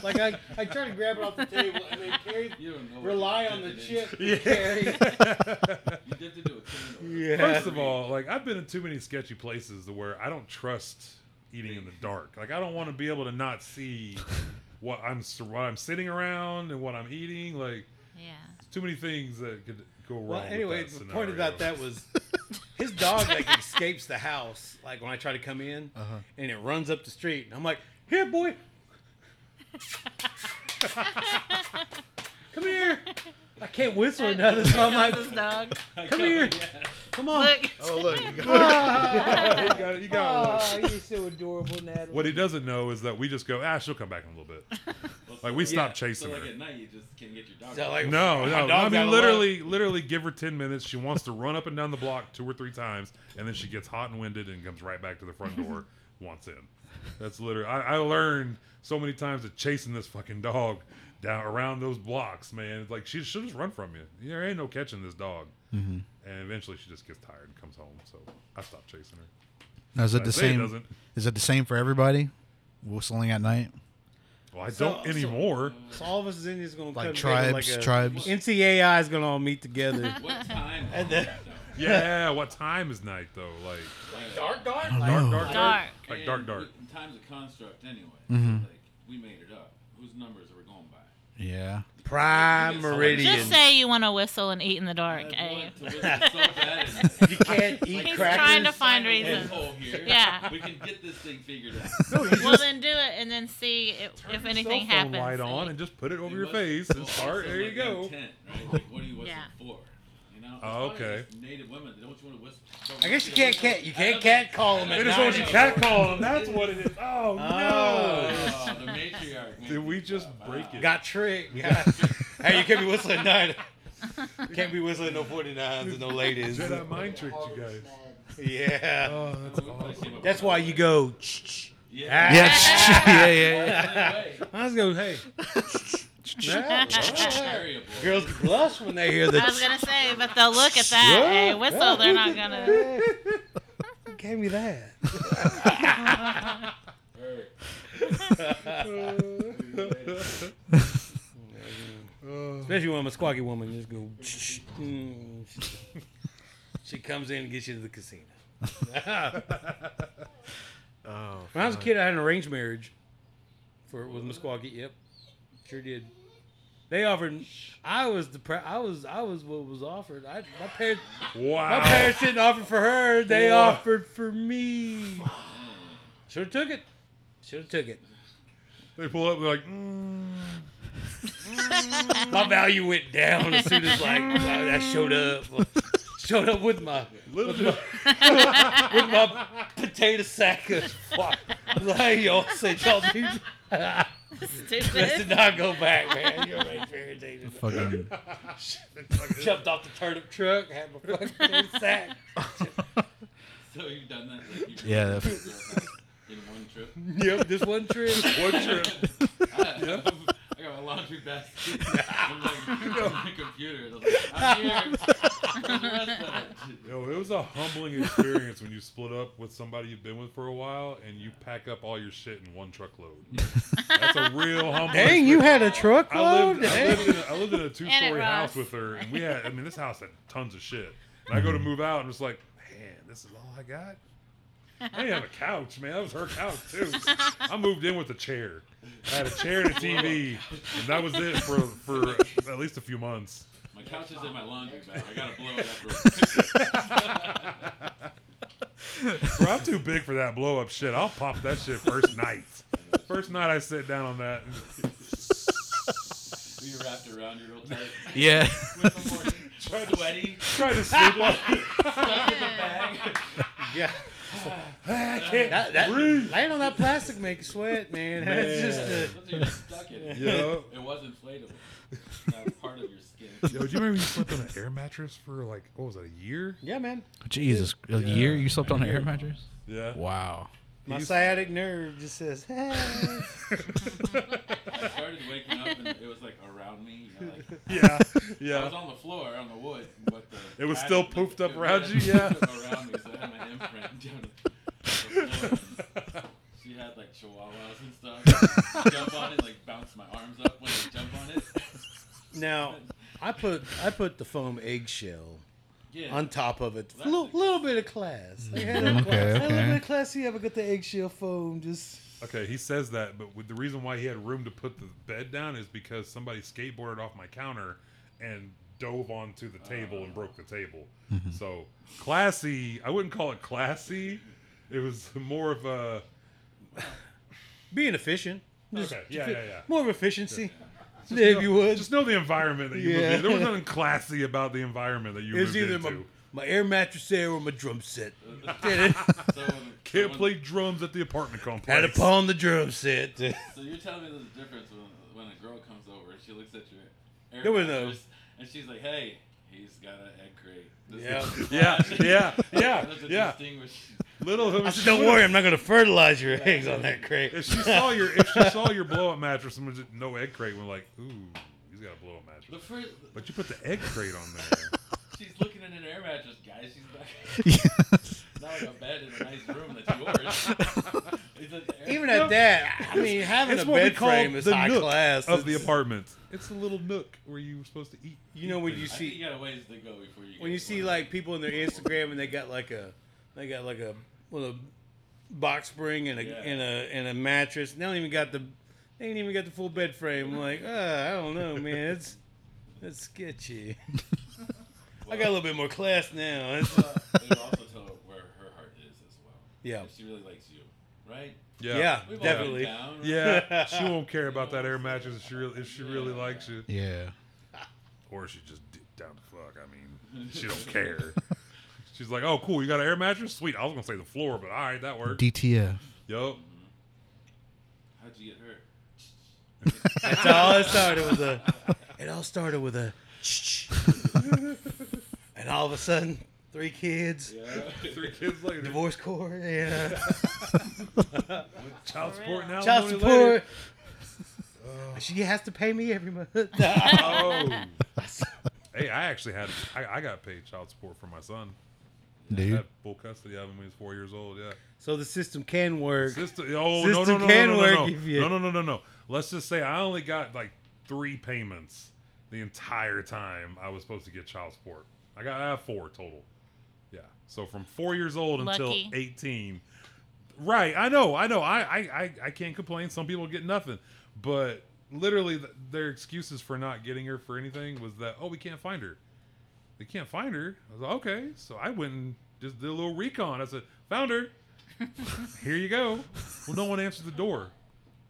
S4: like I, I try to grab it off the table and they carry,
S6: You don't know what
S4: rely
S6: you
S4: on the
S6: dipped
S4: chip.
S6: into.
S4: they carry.
S6: You dipped into a tin
S4: Yeah.
S2: First of all, like I've been in too many sketchy places to where I don't trust eating in the dark. Like I don't want to be able to not see what I'm sur- what I'm sitting around and what I'm eating. Like
S3: Yeah.
S2: too many things that could go wrong.
S4: Well,
S2: with
S4: anyway,
S2: that
S4: the point
S2: scenario.
S4: about that was his dog like escapes the house. Like when I try to come in,
S2: Uh-huh.
S4: and it runs up the street, and I'm like, "Here, boy, come here." I can't whistle or nothing, so I'm like,
S3: This dog.
S4: "Come here, come on."
S3: Look.
S1: Oh look, you
S2: you got, you got one.
S4: Oh, you're so adorable, Natalie.
S2: What he doesn't know is that we just go, ah, she'll come back in a little bit. Like we stop
S6: So
S2: chasing
S6: like
S2: her.
S6: at night you just can't get your dog.
S4: So,
S6: out.
S4: like,
S2: No,
S4: my
S2: no.
S4: dog's
S2: I
S4: out
S2: mean,
S4: of
S2: literally, literally, give her ten minutes. She wants to run up and down the block two or three times, and then she gets hot and winded and comes right back to the front door. wants in. That's literally. I, I learned so many times that chasing this fucking dog down around those blocks, man. It's like she should just run from you. There ain't no catching this dog.
S1: Mm-hmm.
S2: And eventually, she just gets tired and comes home. So I stopped chasing her.
S1: Now, is it
S2: I
S1: the
S2: say it
S1: same?
S2: doesn't.
S1: Is it the same for everybody? Whistling at night,
S2: Well, I
S4: So-
S2: don't
S4: so-
S2: anymore.
S4: love. So all of us is Indians gonna
S1: like
S4: come together
S1: tribes,
S4: like a-
S1: tribes.
S4: NCAI is gonna all meet together.
S6: What time?
S4: And then-
S2: yeah. What time is night though? Like
S4: dark, dark.
S1: I don't
S4: Like,
S1: know.
S2: dark, dark,
S3: Dark.
S2: like dark, dark. Mm-hmm.
S6: And Time's a construct anyway. Like we made it up. Whose numbers are we going by?
S1: Yeah.
S4: Prime meridian.
S3: Just say you want to whistle and eat in the dark,
S6: I
S3: eh?
S6: want to whistle so bad in this.
S4: you can't eat
S3: He's
S4: crackers.
S3: trying to find
S6: Find a
S3: reasons.
S6: loophole here.
S3: Yeah.
S6: We can get this thing figured out.
S3: Well, then do it and then see if, if anything
S2: cell phone
S3: happens.
S2: light on and just put it over your face and start. There you go.
S6: Intent, right? Like, what are you whistling
S3: Yeah.
S6: for? You know? It's
S2: Oh,
S6: probably
S2: okay.
S6: just Native women, they don't want you to whistle.
S4: I guess you can't cat. You can't cat call them.
S2: They
S4: At
S2: just want
S4: night.
S2: you catcalling. That's what it is. Oh no!
S6: Oh, the matriarch. made
S2: Did we
S6: this
S2: just
S6: up.
S2: break
S6: Wow.
S2: it?
S4: Oh, Got tricked. Yeah. hey, you can't be whistling at night. You can't be whistling no 49s and no ladies.
S2: Jedi mind tricked you guys.
S4: Yeah.
S2: Oh, that's
S6: We probably came up
S4: That's
S6: with
S4: why you go.
S1: Yeah.
S6: Yeah.
S1: yeah. Yeah. Yeah.
S6: That way.
S4: I was going, hey. Yeah.
S6: That's variable.
S4: Girls blush when they hear the.
S3: I was gonna say, but they'll look at that eh? whistle. They're not gonna.
S4: Who gave me that?
S6: Very-
S4: Especially when I'm a squawky woman, just go. Mm. She comes in and gets you to the casino. When I was a kid, I had an arranged marriage for with Musquakie. Yep, sure did. They offered. I was the. Pre- I was. I was what was offered. I, my parents. My
S2: Wow.
S4: parents didn't offer for her. They
S2: Wha-
S4: offered for me. Should have took it. Should have took it.
S2: They pull up. They're like, mm,
S4: My value went down as soon as like I I showed up. uh, Showed up with my
S2: little bit.
S4: with my potato sack. of- Like y'all said, y'all do. Let's
S3: Stupid.
S4: not go back, man. You're right, very dangerous.
S1: Fucking.
S4: Jumped off the turnip truck, had my fucking potato sack.
S6: So you've done that? Like, you've
S1: Yeah, that-
S6: In one trip.
S4: Yep, just one trip.
S2: What's your?
S6: I, I got my laundry basket. I'm like on the computer. And I was like, I'm here. Where's the rest of it?
S2: Yo, it was a humbling experience when you split up with somebody you've been with for a while and you pack up all your shit in one truckload. That's a real humbling.
S4: Dang, you had a truck
S2: I
S4: load.
S2: lived, I lived in a, I lived in a
S3: And
S2: two-story
S3: it
S2: house
S3: rocks.
S2: with her, and we had. I mean, this house had tons of shit. And I go to move out, and it's like, man, this is all I got. I didn't have a couch, man. That was her couch too. I moved in with a chair. I had a chair and a TV, and that was it for for at least a few months.
S6: My couch is in my laundry bag. I gotta blow it after.
S2: Bro, I'm too big for that blow up shit. I'll pop that shit first night. First night I sit down on that.
S6: We wrapped around you real tight.
S1: Yeah.
S6: Wake up morning, Sweaty,
S2: Try to sleep like
S6: stuck in the bag.
S4: Yeah.
S2: I can't.
S4: That, that,
S2: Breathe.
S4: laying on that plastic makes you sweat, man. That's
S2: Man.
S4: just a,
S6: Something you're stuck in. it.
S2: Yo,
S6: It was inflatable. That was part of your skin.
S2: yo, do you remember you slept on an air mattress for like what was that a year?
S4: yeah, man.
S1: Jesus. A year you slept on an air mattress?
S2: Yeah.
S1: Wow.
S4: My
S2: You-
S4: sciatic nerve just says, hey.
S6: I started waking up and it was like around me. You know, like,
S2: Yeah,
S6: I was
S2: yeah.
S6: on the floor on the wood, but the
S2: It was
S6: I had
S2: still
S6: the-
S2: poofed up
S6: it
S2: around
S6: was
S2: you, yeah.
S6: poofed up around me, so I had my imprint down the floor. and She had jump on it, like bounce my arms up when I jump on it.
S4: Now, I put I put the foam eggshell
S6: Yeah.
S4: on top of it.
S6: Well,
S4: A
S6: that
S4: little,
S6: makes
S4: little bit of class.
S2: Mm-hmm.
S4: Like, had a,
S1: Okay,
S4: had a little
S1: okay.
S4: bit of class. You ever got the eggshell foam? Just
S2: Okay, he says that, but with the reason why he had room to put the bed down is because somebody skateboarded off my counter and dove onto the table and broke the table.
S4: Mm-hmm.
S2: So classy. I wouldn't call it classy. It was more of a
S4: being efficient. Just-
S2: okay, yeah, yeah, yeah.
S4: More of efficiency.
S2: Just
S4: if
S2: know-
S4: you would.
S2: just know the environment that you
S4: Yeah.
S2: lived in. There was nothing classy about the environment that you
S4: it was
S2: moved
S4: either
S2: into.
S4: my, my air mattress there or my drum set.
S6: So,
S2: Can't
S6: so
S2: play drums at the apartment complex.
S4: Had a pawn the drum set.
S6: When, so you're telling me there's a difference when, when a girl comes over and she looks at your air
S4: There was no-
S6: mattress and she's like, "Hey, he's got an egg crate." This
S4: Yeah.
S6: is
S2: Yeah, yeah, yeah,
S6: That's a
S2: yeah.
S6: distinguish-
S2: Little.
S4: I said, don't worry, I'm not going to fertilize your eggs on that crate.
S2: If she saw your if she saw your blow up mattress and was just no egg crate, we're like, ooh, he's got a blow up
S6: The
S2: mattress.
S6: first,
S2: But you put the egg crate on there.
S6: she's looking at an air mattress, guys. She's back.
S1: Yes.
S6: Now I got bed in a nice room that's yours. It's an air-
S4: Even at that, I mean, having a bed frame is high
S2: nook
S4: class.
S2: of the
S4: It's-
S2: apartment. It's a little nook where you were supposed to eat.
S4: You know when you
S6: I
S4: see
S6: think you got a ways to go before you.
S4: when
S6: get
S4: you
S6: to
S4: see
S6: one.
S4: like people in their Instagram and they got like a they got like a well a box spring and a
S6: Yeah.
S4: and a and a mattress. They don't even got the they ain't even got the full bed frame. I'm like, uh, I don't know, man. It's that's sketchy. I got a little bit more class now. It's-
S6: Uh, it also tell her where her heart is as well.
S4: yeah.
S6: If she really likes you, right?
S4: Yeah,
S6: We've all been
S4: definitely.
S6: down, right?
S2: Yeah, she won't care about that air mattress if she really, if she really likes you,
S1: Yeah.
S2: or she just d- down the fuck. I mean, she don't care. She's like, oh, cool, you got an air mattress? Sweet. I was gonna say the floor, but all right, that worked.
S1: DTF.
S2: Yup.
S6: How'd you get hurt?
S4: That's all it started with a it all started with a and all of a sudden, three kids,
S6: Yeah.
S2: Three kids later.
S4: divorce court, yeah.
S2: Child support now.
S4: child support. She has to pay me every month.
S2: Oh. hey, I actually had I, I got paid child support for my son. I
S1: Dude.
S2: had full custody of him when he was four years old. Yeah.
S4: so the system can work.
S2: Sister, oh no no
S4: System
S2: no
S4: can
S2: no no
S4: work
S2: no.
S4: if you-
S2: no no no no no. Let's just say I only got like three payments the entire time I was supposed to get child support. I got I have four total. Yeah. So from four years old until
S3: Lucky.
S2: eighteen. Right. I know. I know. I I I, I can't complain. Some people get nothing, but literally th- their excuses for not getting her for anything was that oh we can't find her. They can't find her. I was like, okay. So I went and just did a little recon. I said, found her. Here you go. Well, no one answered the door.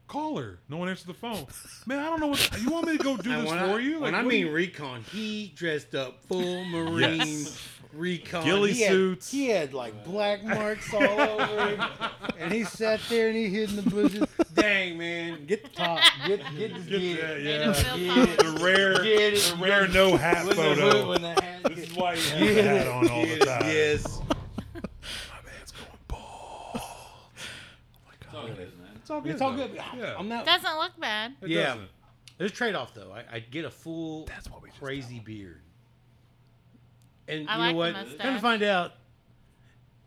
S2: Call her. No one answered the phone. Man, I don't know what you want me to go do
S4: And
S2: this
S4: when
S2: for
S4: I,
S2: you.
S4: when I
S2: what do
S4: mean
S2: you-
S4: recon, he dressed up full Marine recon.
S2: Ghillie
S4: he had,
S2: suits.
S4: He had like black marks all over him. And he sat there and he hid in the bushes. Dang, man. Get the top. Get, get this
S2: Get
S4: kid.
S2: that,
S3: Made him
S2: yeah.
S3: feel
S4: Yeah.
S3: yeah.
S2: The rare,
S4: Get it.
S2: the rare no hat
S4: With the hood,
S2: photo.
S4: with the hat.
S2: This is why he has
S4: Get
S2: the
S4: it.
S2: hat on all the
S4: Get it.
S2: time.
S4: Yes.
S2: My man's going bald.
S6: It's all good, man.
S2: It's all good.
S4: It's all
S2: though.
S4: good.
S2: Yeah.
S4: I'm not.
S3: Doesn't look bad.
S2: It
S4: Yeah.
S2: doesn't.
S4: There's a trade off, though. I, I get a full
S2: That's what we just
S4: crazy beard. And
S3: I
S4: you know
S3: like
S4: what?
S3: the
S4: Come to
S3: mustache.
S4: find out,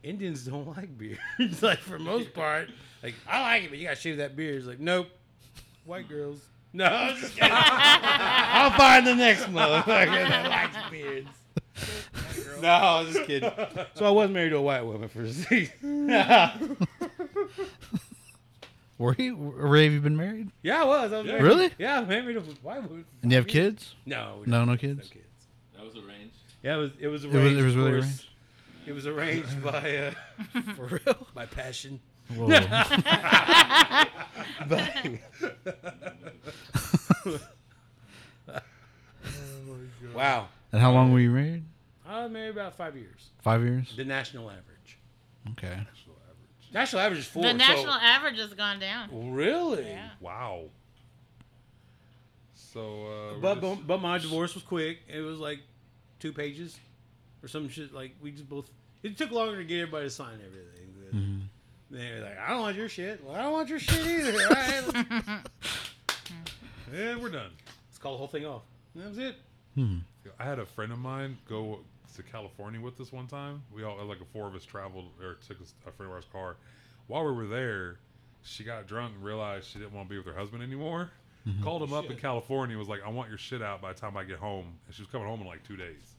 S4: Indians don't like beards. like for most part, like I like it, but you gotta shave that beard. It's like nope, white girls. No, I'm just kidding. I'll find the next motherfucker that likes beards. No, I was just kidding. So I was married to a white woman for six.
S1: Were you? Or have you been married?
S4: yeah, I was. I was
S2: Yeah.
S4: married-
S1: Really?
S4: Yeah, I was married to a white woman.
S1: And you have kids?
S4: No, we
S1: No,
S4: don't.
S1: no
S4: no
S1: kids.
S4: kids.
S6: That was arranged.
S4: Yeah, it was. It was
S1: was- it
S4: arranged. It was,
S1: was really
S4: arranged. It was arranged by uh,
S1: For real?
S4: by passion.
S1: Whoa.
S4: By- wow.
S1: and how long were you married?
S4: I was married Uh, about five years.
S1: Five years.
S4: The national average.
S1: Okay.
S2: National average.
S4: National average is four.
S3: The
S4: so-
S3: national average has gone down.
S4: Really?
S3: Yeah.
S2: Wow. So, uh, we're
S4: But,
S2: just-
S4: but but my divorce was quick. It was like two pages or some shit. Like we just both. It took longer to get everybody to sign everything. But They were like, I don't want your shit. Well, I don't want your shit either. All right, let's-
S2: and we're done.
S4: let's call the whole thing off. And that was it.
S2: I had a friend of mine go to California with us one time. We all like the four of us traveled or took us, a friend of ours car. While we were there, she got drunk and realized she didn't want to be with her husband anymore.
S4: Mm-hmm.
S2: Called him up in California, was like, I want your shit out by the time I get home. And she was coming home in like two days.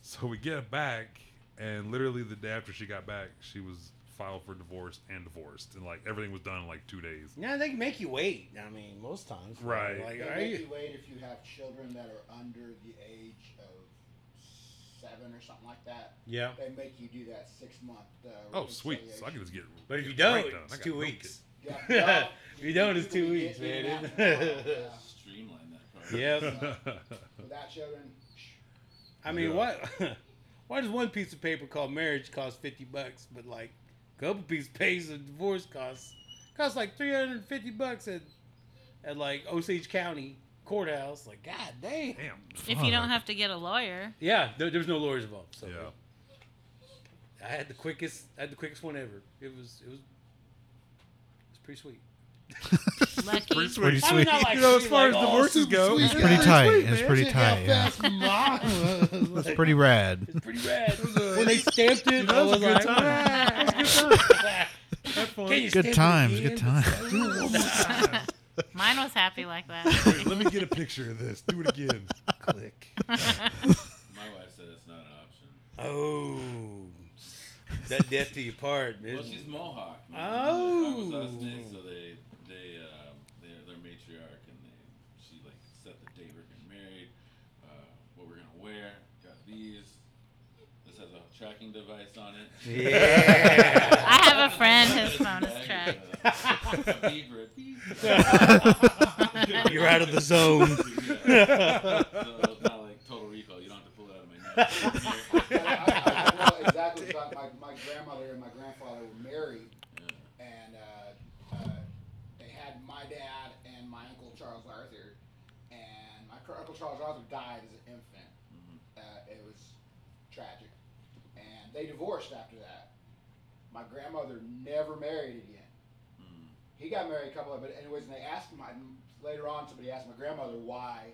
S2: So we get back, and literally the day after she got back, she was filed for divorce and divorced. And like everything was done in like two days.
S4: Yeah, they make you wait. I mean, most times.
S2: Right.
S4: Like,
S5: They
S4: are
S5: make
S4: you?
S5: you wait if you have children that are under the age of seven or something like that.
S4: Yeah.
S5: They make you do that six month. Uh,
S2: Oh, sweet.
S5: reconciliation.
S2: So I can just get.
S4: But if you
S2: right
S4: don't,
S2: done. I
S4: it's
S2: got
S4: two
S2: no
S4: weeks.
S5: Yeah, well,
S4: If you don't, it's two
S5: legally
S4: weeks,
S5: get in
S4: man.
S5: and out. Yeah.
S6: Streamline that part.
S4: Yep.
S2: kid.
S5: Without children, shh,
S4: I mean,
S2: Yeah.
S4: why? Why does one piece of paper called marriage cost fifty bucks, but like a couple piece of papers of divorce costs costs like three hundred and fifty bucks at at like Osage County courthouse? Like, god dang.
S2: Damn.
S3: If you
S1: Fuck.
S3: don't have to get a lawyer,
S4: Yeah, there, there was no lawyers involved. So
S2: Yeah.
S4: I had the quickest, I had the quickest one ever. It was, it was, it's pretty sweet.
S3: lucky.
S1: It's pretty
S4: I mean,
S1: sweet.
S4: not like
S1: It's
S2: You know, as
S4: sweet,
S2: far as
S4: like, oh,
S2: divorces
S4: super
S2: go,
S4: sweet,
S2: it's
S4: yeah,
S1: pretty tight.
S4: sweet,
S1: It's
S4: man.
S1: pretty
S4: Check
S1: tight.
S4: out
S1: Yeah.
S4: fast mom was.
S1: It's
S4: Like,
S1: pretty rad.
S4: it's pretty rad. when they stamped it,
S2: That
S4: I
S2: was a
S4: was
S2: good
S4: like,
S2: time.
S4: "Ah."
S2: Have fun.
S4: Can you stamp
S1: Good
S4: it
S1: times.
S4: again?
S1: Good times.
S3: Mine was happy like that.
S2: Wait, let me get a picture of this. Do it again. Click.
S6: My wife said it's not an option.
S4: Oh, that death to your part, man.
S6: Well, she's Mohawk. man.
S4: Oh.
S6: I was Aztec, so they they um, they're their matriarch, and they she like set the date we're getting married, uh, what we're gonna wear. Got these. This has a tracking device on it.
S4: Yeah.
S3: I have a friend whose phone is
S6: Bag,
S3: tracked.
S6: uh, a beaver, a beaver.
S4: You're out of the zone.
S6: Yeah. So it's not like total recall. You don't have to pull it out of my neck.
S5: I, I, I know exactly. what you're talking about. my, my grandmother and my grandfather were married, and uh, uh, they had my dad and my uncle Charles Arthur, and my cr- uncle Charles Arthur died as an infant.
S6: Mm-hmm.
S5: Uh, it was tragic, and they divorced after that. My grandmother never married again.
S6: Mm-hmm.
S5: He got married a couple of, but anyways, and they asked my later on. Somebody asked my grandmother why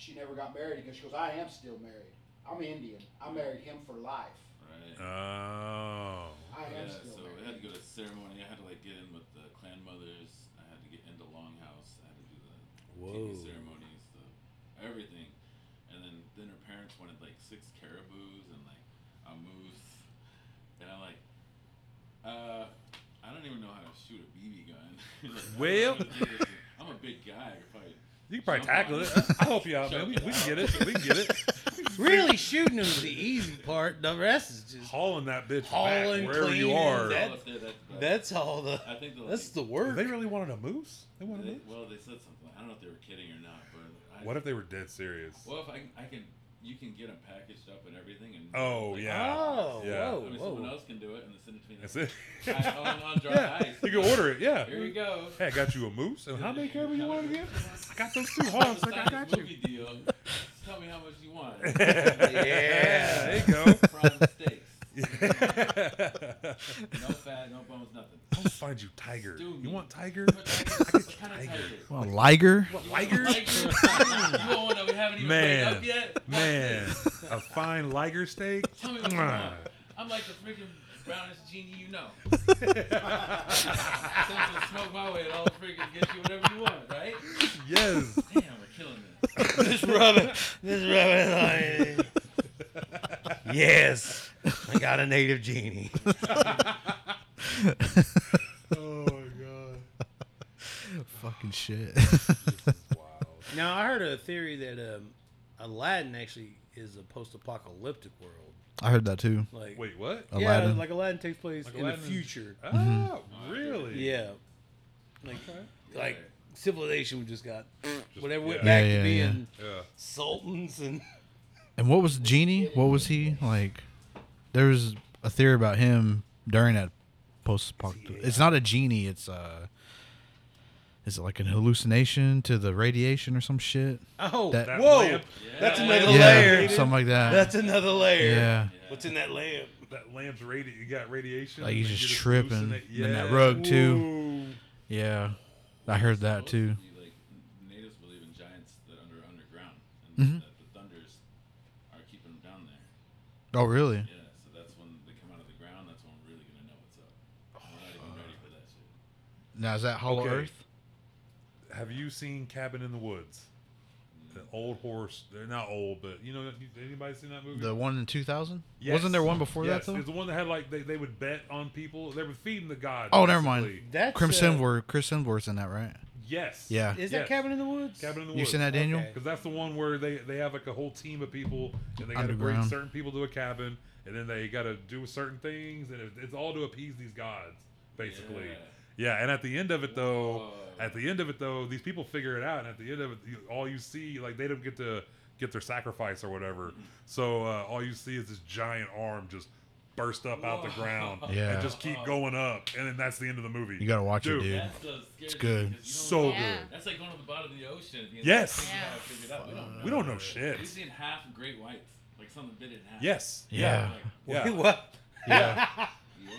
S5: she never got married because she goes, I am still married. I'm Indian. I married him for life.
S6: Right.
S2: Oh.
S5: I am
S6: Yeah,
S5: still
S6: so I
S5: married.
S6: had to go to ceremony. I had to like get in with the clan mothers. I had to get into Longhouse. I had to do the
S4: Whoa.
S6: TV ceremonies, the everything. And then then her parents wanted like six caribous and like a moose. And I'm like, uh, I don't even know how to shoot a BB gun. Like, I don't know
S2: Well.
S6: how to do this. I'm a big guy. I could probably
S2: You can probably tackle it. I'll help you out, man. We, we can get it. We can get it.
S4: Really shooting them's the easy part. The rest is just
S2: Hauling that bitch
S4: Hauling,
S2: back wherever you
S4: cleaning,
S2: are.
S6: They're
S4: that-
S6: all up there, that's bad.
S4: that's all the
S6: I think the,
S4: that's
S6: like,
S4: the work.
S2: They really wanted a moose? They wanted a
S6: they-
S2: moose?
S6: well they said something. I don't know if they were kidding or not, but I,
S2: What if they were dead serious?
S6: Well, if I, can- I can, you can get them packaged up and everything, and
S2: Oh,
S6: like,
S2: yeah.
S4: Oh,
S2: Yeah.
S6: I
S4: whoa,
S6: mean, someone
S4: whoa.
S6: else can do it and then send it to me.
S2: That's it.
S6: I, on, on dry
S2: yeah.
S6: ice.
S2: You can order it. Yeah.
S6: Here you go.
S2: Hey, I got you a moose. And how many caribou you want again? I got those two hogs. Like, I
S6: Sign this
S2: got you.
S6: Movie deal. Just tell me how much you want.
S2: There you go.
S6: Prime steaks.
S2: I'll
S6: No fat, no bones, nothing.
S2: find you tiger.
S6: Stew me.
S2: You want tiger?
S6: What kind of tiger?
S1: Well, Liger.
S2: Liger?
S6: Tiger. you want one that we haven't even
S2: Man.
S6: played up yet? Watch
S2: Man,
S6: this.
S2: a fine liger steak.
S6: Tell me what you want. I'm like the freaking brownest genie you know. Send some smoke my way and I'll freaking get you whatever you want, right?
S2: yes.
S6: Damn, we're killing this.
S4: just rub it, just rub it. Like, yes, I got a native genie.
S2: Oh my god.
S1: Fucking shit.
S2: Wow.
S4: Now I heard a theory that um, Aladdin actually is a post-apocalyptic world.
S1: I heard that too.
S4: Like,
S2: Wait, what?
S1: Aladdin.
S4: yeah, like Aladdin takes place
S2: Like
S4: in
S2: Aladdin
S4: the
S2: is-
S4: future.
S2: Oh,
S1: Mm-hmm.
S2: really?
S4: Yeah, like like civilization just got whatever went
S2: yeah.
S4: back
S1: Yeah,
S4: to
S1: yeah, yeah.
S4: being
S2: Yeah.
S4: sultans and
S1: And what was Genie? What was he like? There was a theory about him during that post apocalyptic. It's not a genie. It's uh, is it like an hallucination to the radiation or some shit?
S4: oh
S1: That-
S4: whoa,
S2: lamp-
S4: that's
S6: Yeah.
S4: another
S6: The
S1: yeah,
S4: layer.
S1: something like that.
S4: That's another layer.
S1: yeah,
S4: What's in that lamp?
S2: That lamp's radi- You got radiation.
S1: like
S2: and
S1: he's
S2: then
S1: just
S2: you
S1: tripping.
S2: hallucinate-
S1: And that
S2: Yeah.
S1: rug too.
S4: Ooh.
S1: Yeah, I heard that too.
S6: Supposedly, Like n- natives believe in giants that are underground, and
S1: Mm-hmm.
S6: that the thunders are keeping them down there.
S1: Oh really?
S6: Yeah, so that's when they come out of the ground. That's when we're really gonna know what's up. We're not even ready for that shit.
S1: Now is that Hollow
S2: Okay.
S1: Earth?
S2: Have you seen Cabin in the Woods? An old horse. They're not old, but you know, you- anybody seen that movie?
S1: The one in two thousand?
S2: Yes.
S1: Wasn't there one before
S2: yes.
S1: that
S2: It's
S1: though?
S2: the one that had like they, they would bet on people. They were feeding the god.
S1: Oh, never mind.
S2: basically.
S4: That's
S1: Chris
S4: uh,
S1: Hemsworth. Chris Hemsworth's in that, right?
S2: Yes.
S1: Yeah.
S2: Yes.
S4: Is that Cabin in the Woods?
S2: Cabin in the
S1: You
S2: Woods.
S1: seen that, Daniel?
S4: Okay.
S2: Because that's the one where they, they have like a whole team of people and they got to bring
S1: Underground.
S2: certain people to a cabin and then they got to do certain things and it, it's all to appease these gods basically.
S6: Yeah.
S2: Yeah. and at the end of it though,
S6: Whoa.
S2: at the end of it though, these people figure it out and at the end of it, you, all you see like they don't get to get their sacrifice or whatever. So uh, all you see is this giant arm just burst up out the
S6: Whoa.
S2: ground
S1: Yeah.
S2: and just keep going up and then that's the end of the movie.
S1: You gotta watch it,
S2: Dude,
S1: dude.
S6: That stuff
S1: It's
S6: scares
S1: good.
S6: me because you
S2: So
S6: don't know-
S3: Yeah.
S2: good.
S6: That's like going to the bottom of the ocean. At the end
S2: Yes.
S6: Of the
S3: Yeah.
S6: Figure out. We don't know.
S2: We don't know shit.
S6: We've seen half of Great Whites. Like something bit in half.
S2: Yes.
S1: Yeah.
S2: Yeah.
S4: Wait, what?
S2: Yeah.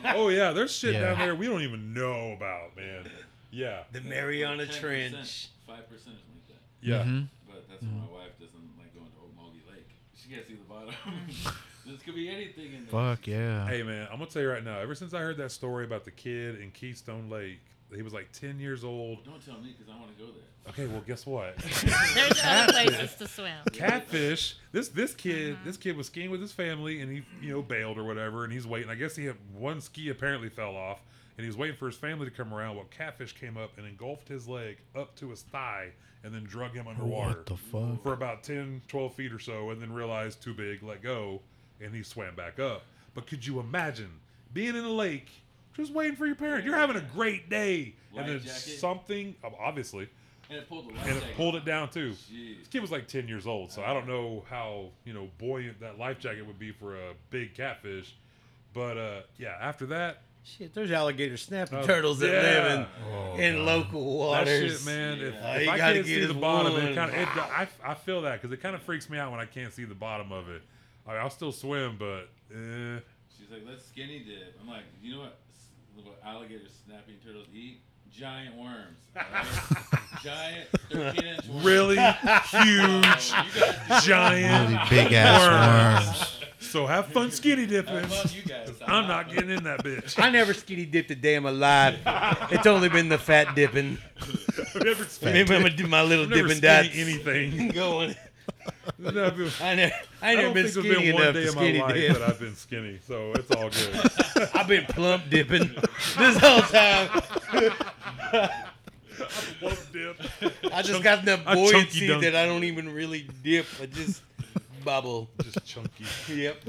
S2: oh yeah, there's shit
S1: Yeah.
S2: down there we don't even know about, man. Yeah.
S4: The Mariana Trench.
S6: Five percent or something like that.
S2: Yeah.
S1: Mhm.
S6: But that's why
S2: Mm-hmm.
S6: my wife doesn't like going to Okmulgee Lake. She can't see the bottom. this could be anything in there.
S1: Fuck yeah.
S2: Hey man, I'm gonna tell you right now. Ever since I heard that story about the kid in Keystone Lake, he was like 10 years old.
S6: Don't tell me because I want to go there.
S2: Okay, well guess what?
S3: There's other places to swim.
S2: Catfish. This this kid
S6: Uh-huh.
S2: this kid was skiing with his family and he you know bailed or whatever and he's waiting. I guess he had one ski apparently fell off and he was waiting for his family to come around. Well, catfish came up and engulfed his leg up to his thigh and then drug him underwater.
S1: What the fuck?
S2: for about 10, 12 feet or so, and then realized too big, let go, and he swam back up. But could you imagine being in a lake, just waiting for your parent? You're having a great day,
S6: Life
S2: and then
S6: jacket?
S2: something, ob- obviously,
S6: And it pulled the
S2: and it pulled it down too.
S6: Jeez.
S2: This kid was like 10 years old, so I don't know how, you know, buoyant that life jacket would be for a big catfish. But uh, yeah, after that,
S4: Shit, there's alligator snapping
S2: Oh,
S4: turtles that
S2: yeah.
S4: live in, in local
S2: that
S4: waters.
S2: shit, man, if,
S6: Yeah.
S2: if
S4: You
S2: I
S4: gotta
S2: can't
S4: get
S2: see the
S4: his
S2: bottom, it
S4: one.
S2: kind of, it, I, I feel that because it kind of freaks me out when I can't see the bottom of it. I mean, I'll still swim, but eh.
S6: She's like, let's skinny dip. I'm like, you know what? s- What alligators, snapping turtles eat? Giant worms. all right? Giant 13 inch worms.
S2: really
S6: So,
S2: huge,
S6: you guys-
S1: Really
S2: giant.
S1: big ass
S2: Worms.
S1: worms.
S2: So have fun skinny
S6: I
S2: dipping.
S6: love you guys.
S2: I'm not getting in that bitch.
S4: I never skinny dipped a day in my life. it's only been the fat dipping.
S2: I've never skinny,
S4: Remember my, my little
S2: I've never
S4: dipping
S2: skinny
S4: dots
S2: anything.
S4: going.
S2: No, I've been-
S4: I never, I
S2: I
S4: never
S2: don't
S4: been
S2: think there's
S4: skinny
S2: been one
S4: enough
S2: day
S4: to
S2: in my
S4: skinny
S2: life
S4: dip.
S2: that I've been skinny, so it's all good.
S4: I've been plump dipping this whole time.
S2: Plump dip.
S4: I just got enough
S2: a chunky
S4: buoyancy
S2: dunk.
S4: that I don't even really dip. I just bubble.
S2: Just chunky.
S4: Yep.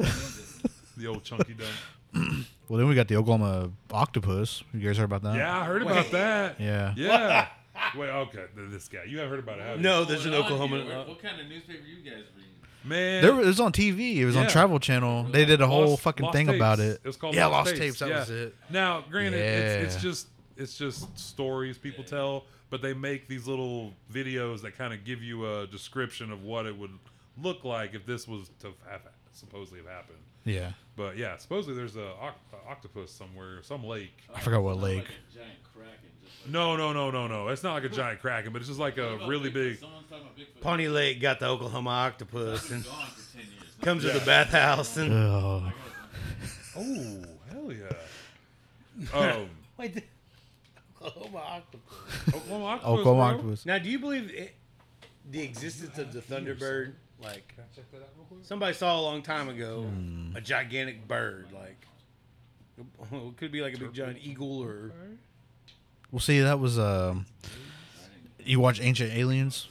S2: The old chunky dunk.
S1: Well, then we got the Oklahoma octopus. You guys heard about that?
S2: Yeah, I heard about that.
S1: Uh, Yeah.
S2: Yeah. Wait, okay. th- This guy. You haven't heard about it, have you?
S4: No, there's an Oklahoma.
S6: What, what kind of newspaper you guys read?
S2: Man.
S1: There, it was on TV. It was on
S2: Yeah.
S1: Travel Channel. They did a whole
S2: Lost-
S1: fucking
S2: Lost
S1: thing about
S2: Tapes.
S1: it.
S2: It was called
S1: yeah,
S2: Lost
S1: Lost Tapes.
S2: Tapes,
S1: That
S2: yeah.
S1: was it.
S2: Now, granted, it's,
S1: Yeah.
S2: it's just it's just stories people tell, but they make these little videos that kind of give you a description of what it would look like if this was to have supposedly have happened.
S1: Yeah,
S2: But yeah, supposedly there's a, oc- a octopus somewhere, some lake.
S1: I forgot what lake.
S6: Like a giant kraken. Just like
S2: No, no, no, no, no. It's not like a giant kraken, but it's just like
S6: What
S2: a
S6: about
S2: really
S6: Bigfoot?
S2: big.
S6: Someone's talking about Bigfoot.
S4: Pawnee Lake got the Oklahoma octopus
S6: He's
S4: and
S6: gone for 10 years. Not
S4: comes to
S2: Yeah.
S4: the bathhouse and
S1: Ugh.
S2: Oh, hell yeah. Um,
S4: wait. The Oklahoma octopus.
S2: Oklahoma octopus.
S1: Oklahoma
S2: bro.
S1: octopus.
S4: Now, do you believe it, the existence of the Thunderbird? Like
S2: Can I check that out real quick?
S4: somebody saw a long time ago,
S1: Hmm.
S4: a gigantic bird. Like it could be like a big giant eagle or
S1: Well, see, that was um. You watch Ancient Aliens?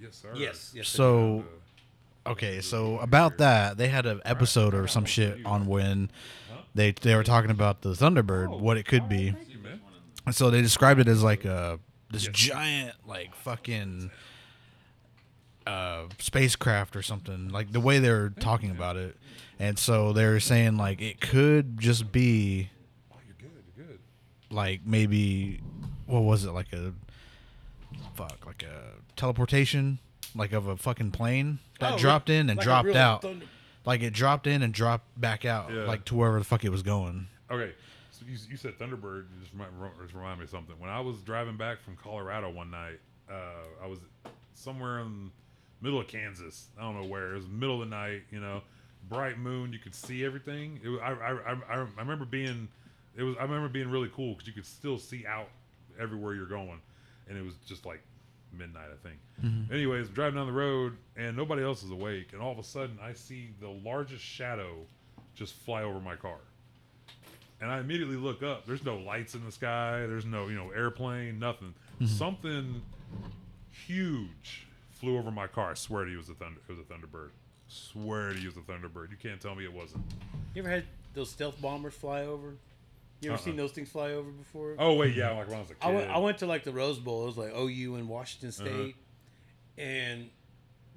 S2: Yes, sir.
S4: yes, yes.
S1: So okay, so about that, they had an episode or some shit on when they they were talking about the Thunderbird, what it could be.
S2: Thank you, man.
S1: And so they described it as like a this giant like fucking uh spacecraft or something like the way they were talking about it and so they were saying like it could just be
S2: Oh, you're good. You're good.
S1: like maybe what was it like a fuck like a teleportation like of a fucking plane
S4: Oh,
S1: that dropped in and dropped out like it dropped in and dropped back out
S2: Yeah.
S1: like to wherever the fuck it was going
S2: Okay, so you, you said Thunderbird. You just remind, just remind me of something. When I was driving back from Colorado one night, uh, I was somewhere in middle of Kansas. I don't know where. It was middle of the night. You know, bright moon. You could see everything. It, wa- I, I, I, I remember being. It was. I remember being really cool because you could still see out everywhere you're going, and it was just like midnight, I think. Anyways, I'm driving down the road and nobody else is awake, and all of a sudden I see the largest shadow just fly over my car. And I immediately look up. There's no lights in the sky. There's no, you know, airplane, nothing. Something huge flew over my car. I swear to you, it was a thunder. It was a Thunderbird. Swear to you, it was a Thunderbird. You can't tell me it wasn't.
S4: You ever had those stealth bombers fly over? You
S2: Uh-uh.
S4: ever seen those things fly over before?
S2: Oh wait, yeah, like when I was a kid.
S4: I went, I went to like the Rose Bowl. It was like OU and Washington State, and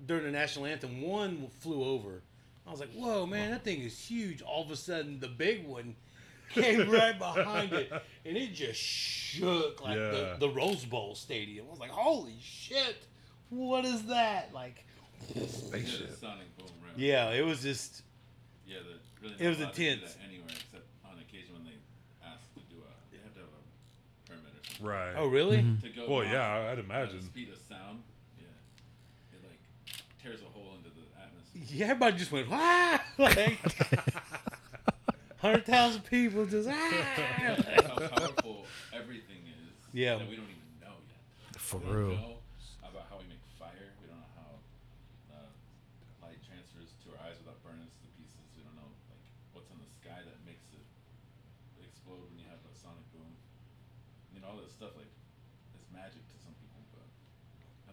S4: during the national anthem, one flew over. I was like, "Whoa, man, that thing is huge!" All of a sudden, the big one came right behind it, and it just shook like
S2: Yeah.
S4: the, the Rose Bowl stadium. I was like, "Holy shit, what is that?" Like,
S6: Yeah, the sonic boom right?
S4: yeah, it was just
S6: Yeah, they're really
S4: It was
S6: not allowed to do
S4: intense.
S6: that Anywhere except on occasion when they ask to do a, they have to have a permit or something
S2: right.
S4: oh really?
S6: to go.
S2: Well,
S6: off
S2: yeah, I- I'd
S6: at the
S2: imagine.
S6: speed of sound. Yeah, it like tears a hole into the atmosphere.
S4: Yeah, everybody just went wow, like hundred thousand people just ah.
S6: That's how powerful everything is.
S4: Yeah.
S6: that we don't even know yet.
S1: For
S6: we don't
S1: real.
S6: know about how we make fire. We don't know how uh, light transfers to our eyes without burning us to pieces. We don't know like what's in the sky that makes it explode when you have a sonic boom. You know all this stuff like it's magic to some people, but